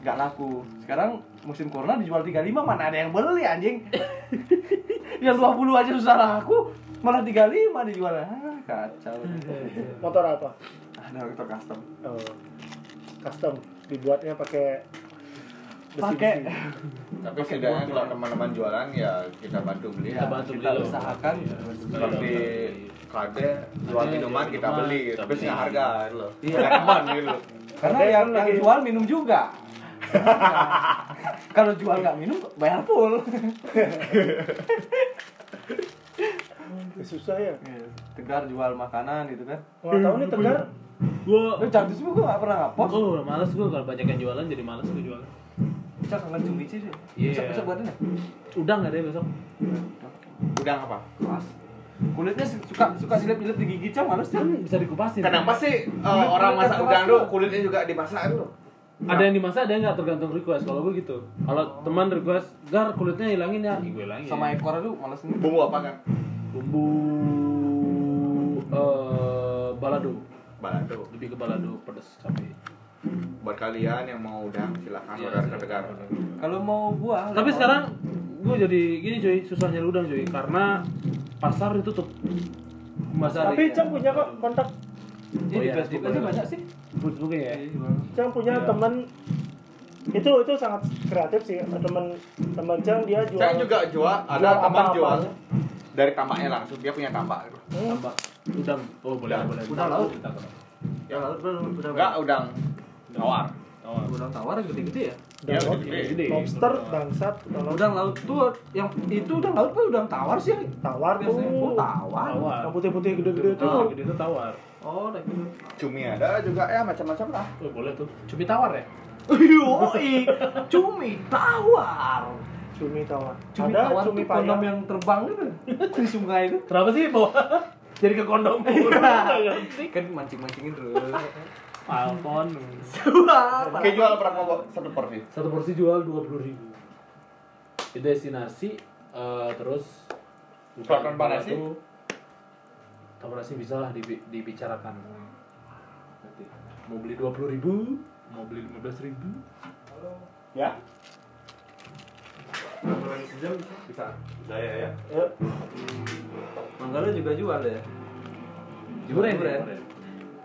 Gak laku. Sekarang musim corona dijual 35 mana ada yang beli anjing. yang 20 aja susah laku, malah 35 dijual. Ah, kacau.
motor apa
Ada motor custom.
oh, custom dibuatnya pakai besi
Pakai
besi
Tapi setidaknya kalau teman-teman jualan ya kita bantu beli.
Kita bantu
Ya,
Iya.
kita
beli.
usahakan
seperti kade jual
Kade,
minuman
jual
kita
minuman,
beli
kita
tapi
beli.
sih harga gitu loh
Iya.
Harga teman gitu loh
karena
Ada
yang,
yang
yang
lagi-
jual minum juga. Kalau jual nggak minum bayar full.
Eh, susah ya
Tegar Iya, jual makanan gitu kan.
nggak tahu nih tegar
Gua
Lu cantik semua gua nggak pernah ngapus.
Gue udah males gue kalau banyak yang jualan jadi males gue jualan
Cak kangen cumici sih.
Iya.
Besok-besok buatin ya.
Udah gak deh besok
udang apa
Mas. Kulitnya su- suka suka nyelip-nyelip di gigi cang ya? harus
Kan
cang.
bisa dikupasin
kenapa sih eh, orang masak udang tuh kulitnya juga dimasak gitu tuh
Ada yang dimasak ada yang gak tergantung request Kalau gue gitu Kalau teman request Gar kulitnya hilangin ya Gue hilangin
Sama ekor lu males nih.
bumbu apa kan
Bumbu eh Balado
balado
Lebih ke balado pedes cabai
buat kalian yang mau udang silahkan
Iya,
order ke
silakan.
tegar
Kalau mau buah.
Tapi sekarang gue jadi gini cuy Susah nyari udang cuy Karena pasar ditutup Pasar
tapi cang punya kok kontak
Jadi
Oh
di
iya,
Facebook Iya.
Facebook
aja
ada.
banyak sih.
Facebook ya
Cang punya
Iya.
teman itu itu sangat kreatif sih teman teman Cang dia jual
saya juga jual ada
Jual
teman
apa-apa.
jual dari tambaknya langsung dia punya tambak gitu.
Hmm,
Tambah udang Oh boleh
Udang.
boleh
Udang laut.
Kita kenal.
Ya lalu udah
enggak udang tawar
Oh,
Udang tawar yang gede-gede ya.
dan
Ya,
laut,
gede-gede.
Gede.
lobster bangsat kalau
Udang laut tuh yang itu udang laut tuh udang tawar sih.
tawar
Iya
tuh
Biasanya oh, tawar.
Tawar.
yang putih-putih gede-gede
Itu
tuh
gede itu tawar.
Oh, udah gitu.
cumi ada juga ya macam-macam lah
Oh, boleh tuh. Cumi tawar ya?
Yoi, cumi tawar.
cumi tawar
Cumi
ada
tawar
cumi
tuh kondom
payah
yang terbang gitu di sungai itu.
Kenapa sih bawa jadi ke kondom? Iya.
Iya,
Kan mancing-mancingin terus.
Falcon.
Wah,
oke jual berapa Bo? satu porsi
Satu porsi jual dua puluh ribu. Di destinasi eh, terus.
Falcon panasi?
itu- Falcon panasi bisa lah dibi- dibicarakan. Nanti mau beli dua puluh ribu, mau beli lima belas ribu.
ya
bisa
ya.
Manggala juga jual ya.
Durian,
Durian.
durian.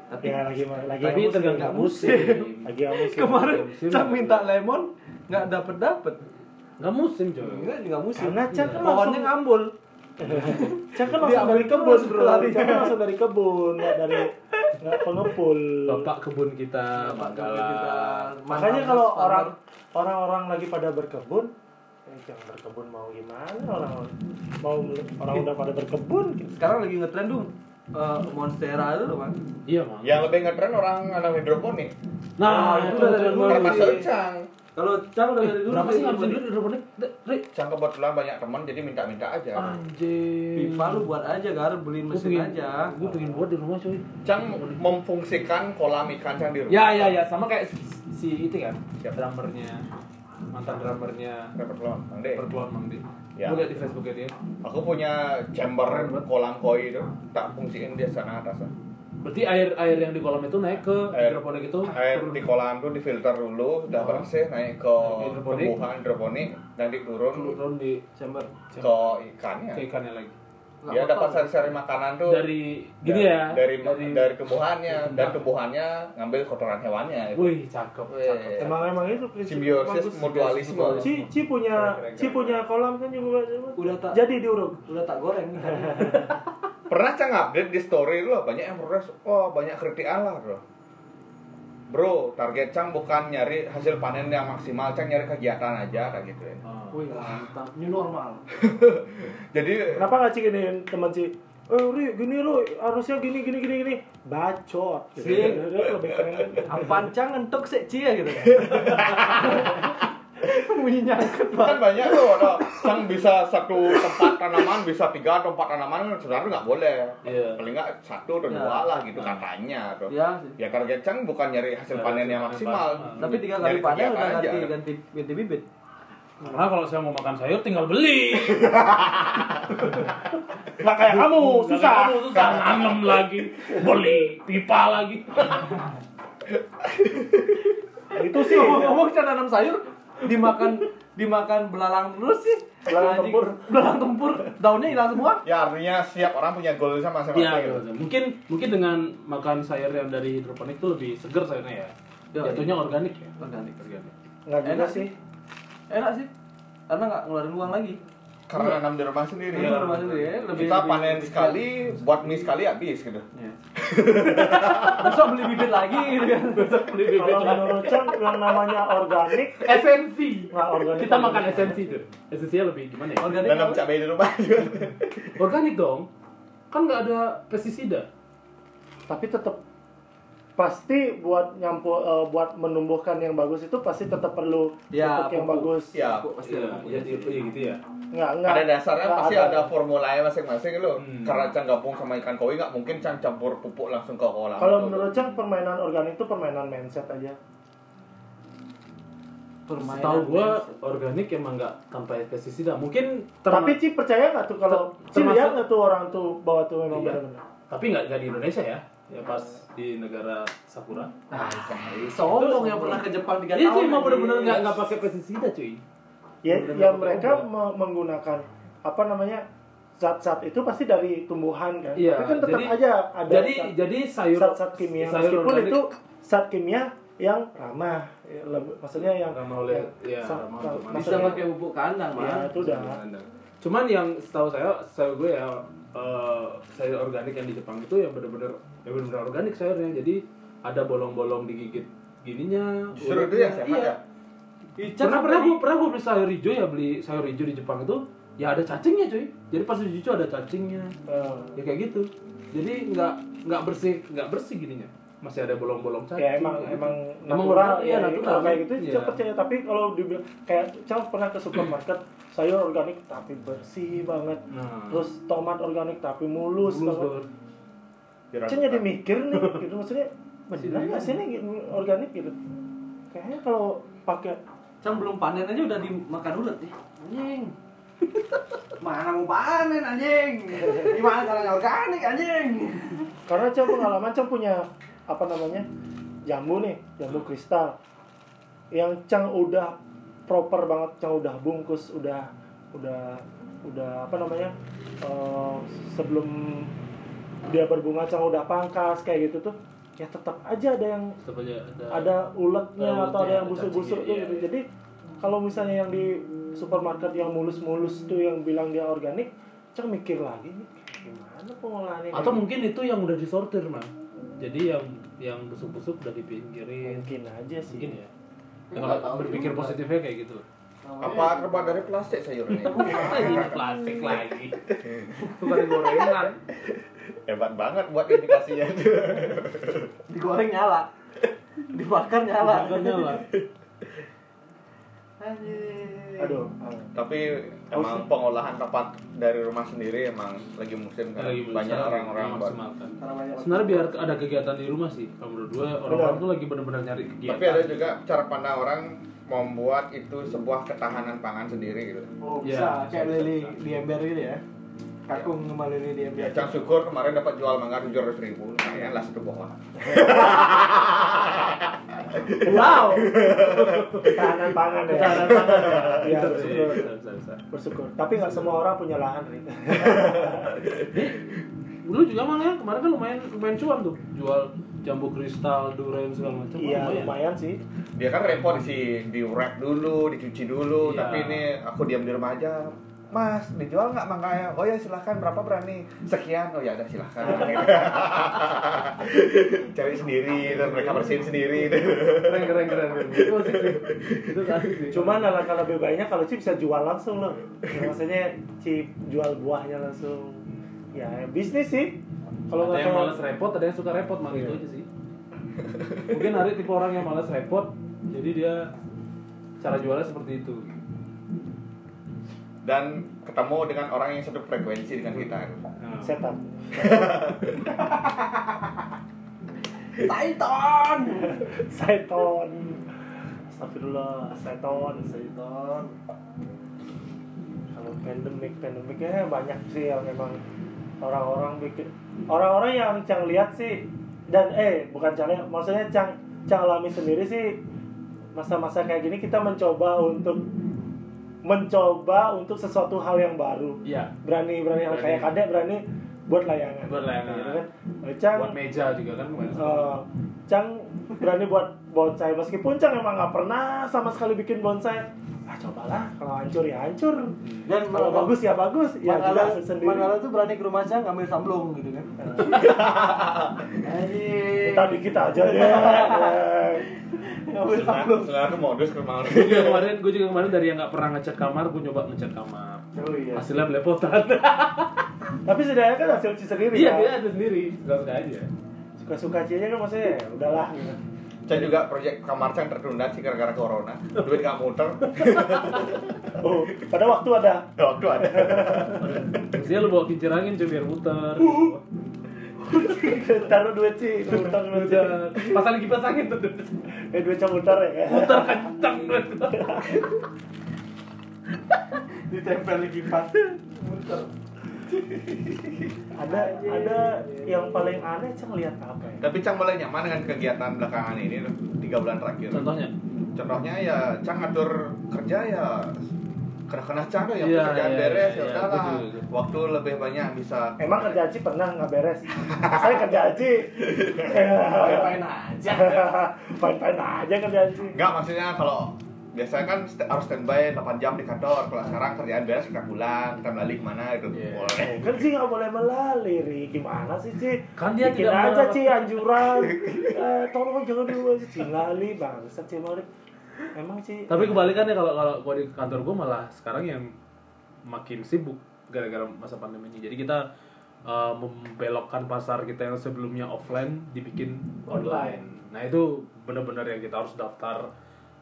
Tapi
ya lagi lagi
Tapi
hamus,
tergantung
lagi
musim.
hamus. lagi hamus ya.
kemarin
Musim.
Cak minta lemon nggak dapet dapet.
Nggak musim coy. Iya.
Enggak juga musim.
karena cang kan
Pohonnya
langsung
Nah,
ngambul.
Cak kan langsung dari kebun bro. Cak kan langsung dari kebun, nggak dari nggak pengepul.
bapak kebun kita Manggala
Makanya kalau orang orang-orang lagi pada berkebun, eh, jangan berkebun mau gimana orang mau orang udah pada berkebun.
Sekarang lagi ngetrend tuh eh, Monstera itu loh, Bang.
iya mang
Yang lebih ngetren orang anak hidroponik.
nah
Nah, itu
itu
dari
dari
dulu.
Termasuk Cang.
Kalau Cang udah dari dulu
berapa sih
dari
nggak
dulu.
sendiri hidroponik Rik
Cang kebetulan banyak teman jadi minta-minta aja.
Ah. anjir
Pipa lu buat aja gar, beliin
Gua
mesin
pengen-
aja.
gua pengen buat di rumah cuy
Cang memfungsikan kolam ikan Cang di rumah.
ya ya ya sama kayak si- si itu kan
Siapa?
drummernya mantan drummernya
Dapat kolam, Bang De.
pertuan mang di
Ya.
Gua liat di Facebooknya dia
Aku punya chamber kolam koi itu tak fungsiin di sana atas. lah.
berarti air air yang di kolam itu naik ke
Air.
hidroponik itu Oh.
Air di kolam tuh difilter dulu, udah bersih naik ke
Hidroponik.
tumbuhan hidroponik, nanti turun
turun di
Chamber.
ke
ke
ikannya.
ikannya lagi
Nggak
Dia dapat
apa-apa.
sari-sari makanan tuh.
dari gini
Da-
ya
dari dari, tumbuhannya dan
Nah.
tumbuhannya ngambil kotoran hewannya gitu.
wih cakep
Weh.
cakep
Emang emang itu prinsip
Simbiosis
bagus.
mutualisme.
Ci, Ci punya Ci punya kolam kan juga
Udah tak-
jadi diuruk.
Udah tak goreng.
Pernah cang update di story lo banyak yang protes, wah banyak kritik Allah bro. Bro, target cang bukan nyari hasil panen yang maksimal, cang nyari kegiatan aja kayak gitu ya.
Wih, mantap. Ini normal.
Jadi
Kenapa nggak Ci giniin teman Ci? Eh, Ri, gini lu harusnya gini gini gini gini. Bacot. Gitu.
Sih.
Dia lebih keren.
Apaan Cang ngentuk sih Cia gitu. Bunyinya angkat
kan banyak tuh, ada cang bisa satu tempat tanaman bisa tiga atau empat tanaman, sebenarnya nggak boleh.
Iya.
Paling nggak satu atau
Ya.
dua lah gitu katanya bro.
Ya,
Ya target cang bukan nyari hasil
Nyari
panen
hasil
yang
panen
maksimal.
maksimal.
tapi tiga kali
Nyari
panen
kegiatan
udah kan.
aja.
ganti ganti ganti bibit.
karena kalau saya mau makan sayur tinggal beli
Nggak kayak kamu, susah.
kamu susah nanam lagi beli pipa lagi
Nah, Itu sih.
Iya, Ngomong-ngomong cara nanam sayur dimakan dimakan belalang terus sih.
Belalang
Anjing,
tempur.
Belalang tempur. Daunnya hilang semua.
Ya artinya setiap orang punya goalnya masing-masing.
Iya,
gitu.
gitu. mungkin mungkin dengan makan sayur yang dari hidroponik itu lebih seger sayurnya ya.
Ya,
Jatuhnya organik ya.
Organik.
Organik.
Nggak juga
Enak
sih.
Enak sih. Karena nggak ngeluarin uang lagi.
Iya.
Karena nanam di rumah sendiri.
Ini baru masuk ya. Lebih
Kita
lebih-
panen
lebih-
sekali, buat mie sekali habis gitu.
Iya. Besok beli bibit lagi gitu kan. Besok beli
Kalau menurut Cang yang namanya organik,
Esensi.
nggak organik.
Kita makan esensi tuh. Esensinya lebih gimana ya?
Organik.
Nanam cabai di rumah juga.
Organik dong. Kan nggak ada pestisida.
Tapi tetap pasti buat nyampu eh, buat menumbuhkan yang bagus itu pasti tetap perlu
Ya,
pupuk yang
pupuk.
bagus.
ya,
Kok pasti ada
ya,
pupuknya sih.
gitu ya.
Nggak nggak.
pada dasarnya
nggak
pasti ada formulanya masing-masing loh.
Hmm.
Karena cang gabung sama ikan koi nggak mungkin cang campur pupuk langsung ke kolam.
Kalau
Gitu.
menurut Cang permainan organik itu permainan mindset aja.
Permainan
Tahu gua
mindset.
organik emang nggak tanpa pestisida. Mungkin
Tapi Ci percaya nggak tuh kalau Ci
Ter- termasuk-
lihat nggak tuh orang tuh bahwa tuh memang
Iya.
benar-benar.
tapi nggak nggak di Indonesia ya. Ya pas di negara Sakura.
Ah, sombong yang pernah ke Jepang 3 tahun.
Itu emang
anjing.
bener-bener nggak nggak pakai pestisida cuy.
Ya,
Benar-benar
ya
pakai
mereka
obat.
me- menggunakan apa namanya zat-zat itu pasti dari tumbuhan kan.
Iya,
Tapi kan tetap
jadi-
aja ada
Jadi
zat-
jadi sayur
zat-zat kimia
sayur
meskipun
organik-
itu zat kimia yang ramah ya, leb- maksudnya yang
Ramah oleh- ya,
zat-
ramah
zat-
untuk manusia.
bisa
maksudnya-
pakai pupuk kandang,
ya
mah.
itu udah
Cuman yang setahu saya, setahu gue ya eh, sayur organik yang di Jepang itu yang bener-bener yang bener-bener organik sayurnya. Jadi ada bolong-bolong digigit gininya.
Justru itu
urutnya.
yang ya? saya makan.
Icat
Pernah
sampai
pernah
di-
gue pernah gue beli sayur hijau ya beli sayur hijau di Jepang itu ya ada cacingnya cuy. Jadi pas dicuci ada cacingnya.
eh,
Ya kayak gitu. Jadi nggak nggak bersih nggak bersih gininya. Masih ada bolong-bolong cacing.
ya emang
gitu.
emang
Emang
natural
benar, iya,
ya
natural.
kalau kayak gitu
Iya.
Cang percaya tapi kalau dibilang kayak Cang pernah ke supermarket sayur organik tapi bersih banget
Nah.
terus tomat organik tapi mulus,
Mulus
banget
banget.
Cang jadi mikir nih gitu maksudnya benar nggak sih nih gitu, organik gitu kayaknya kalau pakai
Cang belum panen aja udah dimakan ulet ya. Anjing. Mana mau panen anjing? Gimana caranya organik anjing?
karena cang pengalaman cang punya apa namanya jambu nih jambu kristal yang cang udah proper banget cang udah bungkus udah udah udah apa namanya eh, sebelum dia berbunga cang udah pangkas kayak gitu tuh ya tetap aja ada yang
Tetap aja ada.
ada uletnya
Ada
atau ada
uletnya,
yang
ada
busuk-busuk tuh
cacingnya, iya,
gitu.
iya.
Jadi kalau misalnya yang di supermarket yang mulus-mulus tuh yang bilang dia organik, Cang mikir lagi nih gimana pengolahannya.
Atau mungkin itu yang udah disortir, Mang. Jadi yang yang busuk-busuk udah dipinggirin.
mungkin aja sih.
Mungkin ya.
Nggak tahu
Kalau berpikir
juga.
positifnya kayak gitu.
Apa terbuat dari plastik sayurnya?
Plastik lagi.
Bukan gorengan.
Hebat banget buat indikasinya.
Digoreng nyala. Dibakar nyala.
Bukannya lah.
Anjir.
Aduh.
Tapi emang pengolahan tempat dari rumah sendiri emang lagi musim kan.
Lagi Iya,
Banyak
berusaha
orang-orang buat.
memaksimalkan.
Karena banyak
Sebenarnya biar ada kegiatan di rumah sih. Kalau menurut gue orang-orang tuh lagi benar-benar nyari kegiatan.
Tapi ada juga cara pandang orang membuat itu sebuah ketahanan pangan sendiri gitu.
Oh, bisa
Ya, bisa,
kayak lele
bisa.
di ember gitu ya. Kakung sama lele di ember.
Ya, Cang syukur kemarin dapat jual mangga tujuh ratus ribu, lumayan lah satu buah.
Wow. Tahanan pangan ya.
Tahanan pangan,
ya.
Bisa,
bersyukur.
bisa, bisa, bisa.
Bersyukur. Tapi nggak semua orang punya lahan, Rin.
Dulu juga malah ya, kemarin kan lumayan lumayan cuan tuh. Jual jambu kristal, durian segala macam.
Iya, lumayan sih.
Dia kan repot si di wrap dulu, dicuci dulu,
Iya.
tapi ini aku diam di rumah aja. Mas, dijual nggak mangkanya? Oh ya silahkan, berapa berani? Sekian, oh ya ada silahkan Cari sendiri, dan mereka bersihin sendiri
Keren keren keren. keren. Itu asik sih. Itu asik sih.
Cuman alangkah lebih baiknya kalau Ci bisa jual langsung loh. Ya, maksudnya Ci jual buahnya langsung. Ya, bisnis sih. Kalau
ada
nggak
yang
salah-
malas repot, ada yang suka repot, mang itu
Iya.
aja sih. Mungkin Ari tipe orang yang malas repot, jadi dia cara jualnya seperti itu.
Dan ketemu dengan orang yang satu frekuensi dengan kita
Nah,
setan.
Titan.
Seton. Astagfirullah, seton, seton. Kalau pandemic, pandemicnya banyak sih yang memang orang-orang bikin orang-orang yang cang lihat sih dan eh bukan cang lihat, maksudnya cang cang alami sendiri sih masa-masa kayak gini kita mencoba untuk mencoba untuk sesuatu hal yang baru
Iya,
berani berani hal kayak
Berani.
kadek berani buat layangan
Buat layangan.
Gitu kan cang
buat meja juga kan kemarin.
Eh, Cang berani buat bonsai meskipun Cang emang nggak pernah sama sekali bikin bonsai. Ah cobalah kalau hancur ya hancur.
Dan
Kalau bagus ya bagus, ya
Mangala,
jelas sendiri.
Mangala tuh berani ke rumah aja ngambil samblong gitu kan. Anjir.
Kita dikit aja ya.
Ngambil samblong.
Sebenarnya modus ke rumah
Gue juga kemarin, gue juga kemarin dari yang nggak pernah ngecat kamar, gue nyoba ngecat kamar.
Oh iya.
Hasilnya belepotan.
Tapi setidaknya kan hasil Ci sendiri
Iya, dia
kan.
ada sendiri, suka-suka aja.
Suka-suka Ci aja kan maksudnya ya udahlah. gitu.
Saya juga proyek kamar saya tertunda sih gara-gara corona Duit nggak muter
Oh, pada waktu ada.
Waktu ada
Dia lu bawa kincir angin coba biar muter.
Uh-huh. Taruh duit Ci, utang duit Ci.
Udah, pasang kipas angin tuh.
Eh duit Cang muter ya.
Muter kencang duit.
Ditempel di kipas. Muter.
Ada ada yang paling aneh Cang lihat apa ya?
Tapi Cang mulai nyaman dengan kegiatan belakangan ini loh, Tiga
Iya.
bulan terakhir
Contohnya,
Contohnya ya Cang ngatur kerja ya kena-kena Cang ya
Iya,
kerjaan
iya,
beres
iya,
ya
iya,
udahlah.
betul, betul.
Waktu lebih banyak bisa
Emang kan? kerja Aci pernah nggak beres? Saya kerja Aci.
Ngapain aja.
Fine-fine aja kerja Aci.
Enggak maksudnya kalau biasanya kan st- harus standby 8 jam di kantor kalau sekarang kerjaan beres kita pulang kita melalui kemana itu
Iya.
boleh
Kan sih nggak boleh melalui, Ri. gimana sih Ci?
Kan dia
Bikin
tidak
aja
melarang.
Ci anjuran. Eh, tolong jangan dulu Ci lali bangsat Ci Maurik. Emang Ci.
Tapi kebalikannya kalau kalau gua di kantor gua malah sekarang yang makin sibuk gara-gara masa pandemi ini. Jadi kita uh, membelokkan pasar kita yang sebelumnya offline dibikin online. Nah itu benar-benar yang kita harus daftar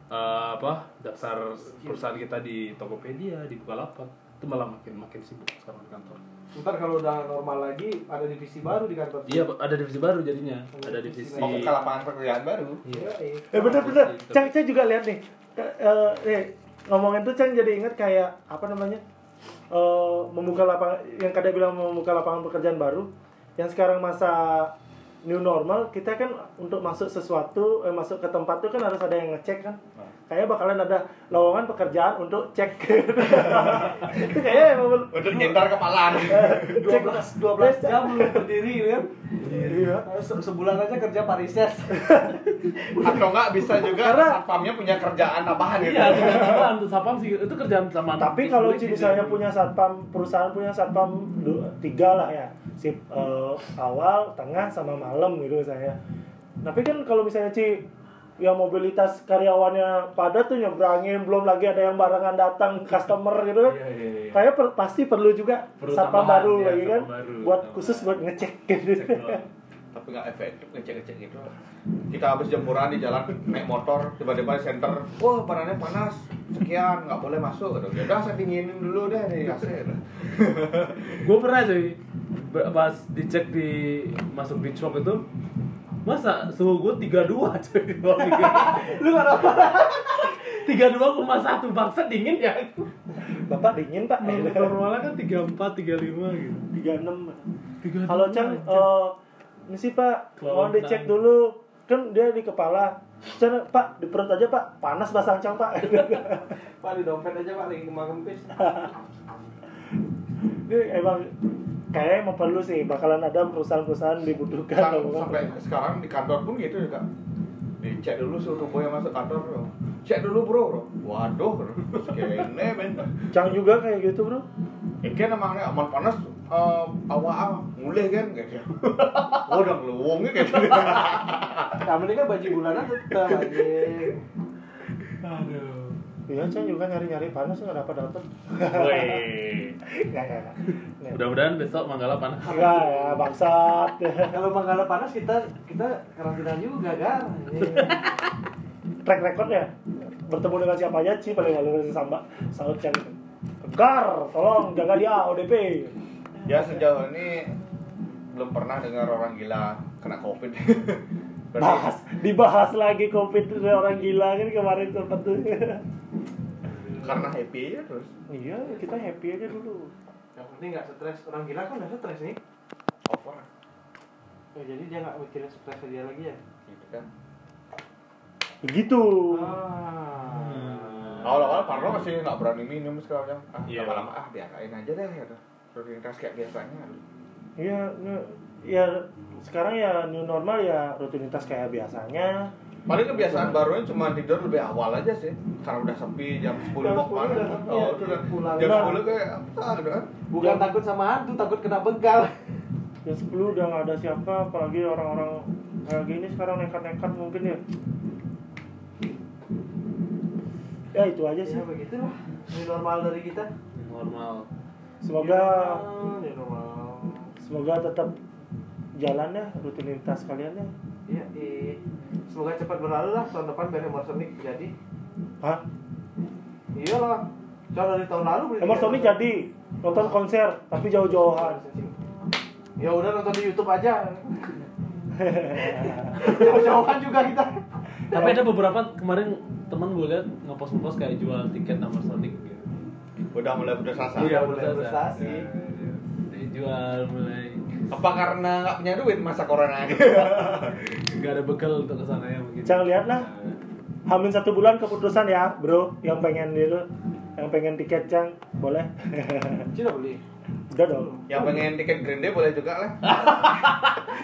uh, apa daftar perusahaan kita di Tokopedia, di Bukalapak. Itu malah makin makin sibuk sekarang di kantor.
Ntar kalau udah normal lagi ada divisi baru di kantor.
Iya ada divisi baru jadinya.
Oh,
Ada divisi.
mau ke lapangan pekerjaan baru
Iya.
Yoi.
Eh bener-bener, Cang, Cang juga lihat nih. Ke- eh, nih, ngomongin tuh Cang jadi inget kayak apa namanya? eh membuka lapangan yang kada bilang membuka lapangan pekerjaan baru yang sekarang masa new normal kita kan untuk masuk sesuatu eh, masuk ke tempat tuh kan harus ada yang ngecek kan
Nah.
kayak bakalan ada lowongan pekerjaan untuk cek itu kayaknya emang belum-
Untuk nyender kepalaan.
12 12 jam lu berdiri kan.
iya
Se- Sebulan aja kerja parises.
Atau enggak bisa juga
Karena-
satpamnya punya kerjaan tambahan gitu.
Iya, tiba-tiba untuk satpam sih itu kerjaan sama.
ya. tapi kalau ci-
gitu ya?
misalnya punya satpam perusahaan punya satpam du- tiga lah ya sip eh, awal tengah sama malam gitu misalnya tapi kan kalau misalnya ci ya mobilitas karyawannya padat tuh nyebrangin belum lagi ada yang barengan datang customer gitu kan
Iya, iya, iya.
kayak per- pasti perlu juga
Perlu
satpam
tambahan,
baru
iya,
lagi kan
satpam baru,
buat
tambahan.
khusus buat ngecek gitu
Cek doang.
Tapi enggak efektif ngecek-ngecek gitu. Kita habis jemuran di jalan naik motor tiba-tiba di center, wah badannya panas, sekian nggak boleh masuk gitu. Ya udah saya dinginin dulu deh di AC. gitu.
gue pernah cuy ber- pas dicek di masuk di shop itu masa suhu gue 32 cuy di bawah 32. lu gak apa 32 koma satu bangsa dingin ya
bapak dingin pak
normalnya kan 34, 35 gitu oh.
tiga enam
32
Halo Cang, eh, ini sih Pak, mau
Kelautan.
dicek dulu. Kan dia di kepala. Cang, Pak, di perut aja Pak, panas basah Cang Pak.
Pak di dompet aja Pak lagi kemakan pis.
Ini emang kayaknya emang perlu sih, bakalan ada perusahaan-perusahaan dibutuhkan.
Sam-
loh.
sampai sekarang di kantor pun gitu juga dicek dulu suruh boy yang masuk kantor bro cek dulu bro, bro. waduh kene men
Cang juga kayak gitu bro.
ini emangnya aman panas eh, awal mulai kan kayaknya oh udah ngeluwungnya kayak gitu
Nah, mendingan gaji bulanan tetap anjing.
aduh
Iya Cang juga nyari-nyari panas nggak dapat dapat.
Weh.
Nggak nggak nggak. Nggak.
mudah-mudahan besok Manggala panas
Nggak ya bangsat.
Kalau Manggala panas kita kita karantina juga kan.
Track recordnya bertemu dengan siapa aja sih paling malu si Samba, Saud Cang. Gar, tolong jaga dia ODP.
ya sejauh ini belum pernah dengar orang gila kena covid Berarti-
Nah.
bahas dibahas lagi covid dari orang gila kan kemarin sempat tuh
karena happy aja terus
iya kita happy aja dulu
Yang penting nggak stres. Orang gila kan udah stres nih.
over
Ya, jadi dia nggak mikirin stres dia lagi ya.
gitu kan
begitu Ah.
Ah.
awal-awal Parno masih nggak berani minum sekarang ah
Iya.
lama-lama ah biarin aja deh gitu. rutinitas kayak biasanya
iya nge- ya sekarang ya new normal ya rutinitas kayak biasanya
Paling kebiasaan barunya cuma tidur lebih awal aja sih Karena udah sepi jam 10
Jam
mau
10 udah
kemana
sepi,
Oh,
ya, udah pulang.
Jam
Nah.
10 kayak apa gitu kan
Bukan takut sama hantu, takut kena begal.
jam 10 udah nggak ada siapa apalagi orang-orang kayak gini sekarang nekat-nekat mungkin ya ya itu aja sih
Ya begitulah. Ini normal dari kita.
normal
semoga
Ini normal.
semoga tetap jalan ya rutinitas kalian ya
Ya, i- semoga cepat berlalu lah tahun depan Band Emersonic jadi.
Hah?
Iya lah. Kalau dari tahun lalu ya. beli
Emang
tiket
Sony
nonton.
jadi nonton konser tapi jauh-jauhan.
Ya udah nonton di YouTube aja. Jauh-jauhan juga kita.
tapi ada beberapa kemarin teman gue lihat ngepost ngepost kayak jual tiket sama Sonic gitu
Udah mulai putus asa
Iya. mulai
berasa.
berprestasi.
Iya, iya. dijual mulai
Apa karena nggak punya duit masa corona ini?
nggak ada bekal untuk kesana ya mungkin
Jangan lihat lah. Hamin satu bulan keputusan ya, bro. Yang pengen itu, yang pengen tiket cang, boleh.
Cina beli.
Udah dong.
Yang pengen tiket Green Day boleh juga lah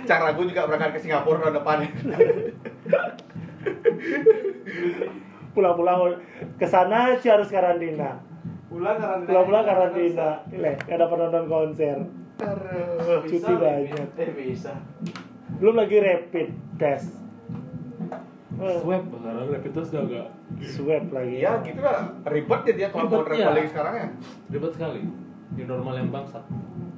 Cang Ragu juga berangkat ke Singapura tahun depan
Iya.
Pulang-pulang ke sana sih harus karantina.
Pulang karantina.
Pulang-pulang karantina. Leh, gak dapat nonton konser.
Aduh.
Cuti
Bisa,
banyak.
Eh bisa.
Belum lagi rapid test. Eh,
swab karena rapid test udah agak
Swab lagi.
Iya gitu lah, ribet jadi ya kalau mau
Ribet, iya.
traveling sekarang ya
ribet sekali di normal yang bangsat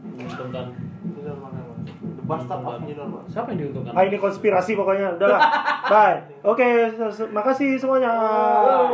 menguntungkan
Ini normal normal. The bastard of new normal.
siapa yang diuntungkan
Ah ini konspirasi pokoknya. Udah lah. Bye. Oke, makasih semuanya.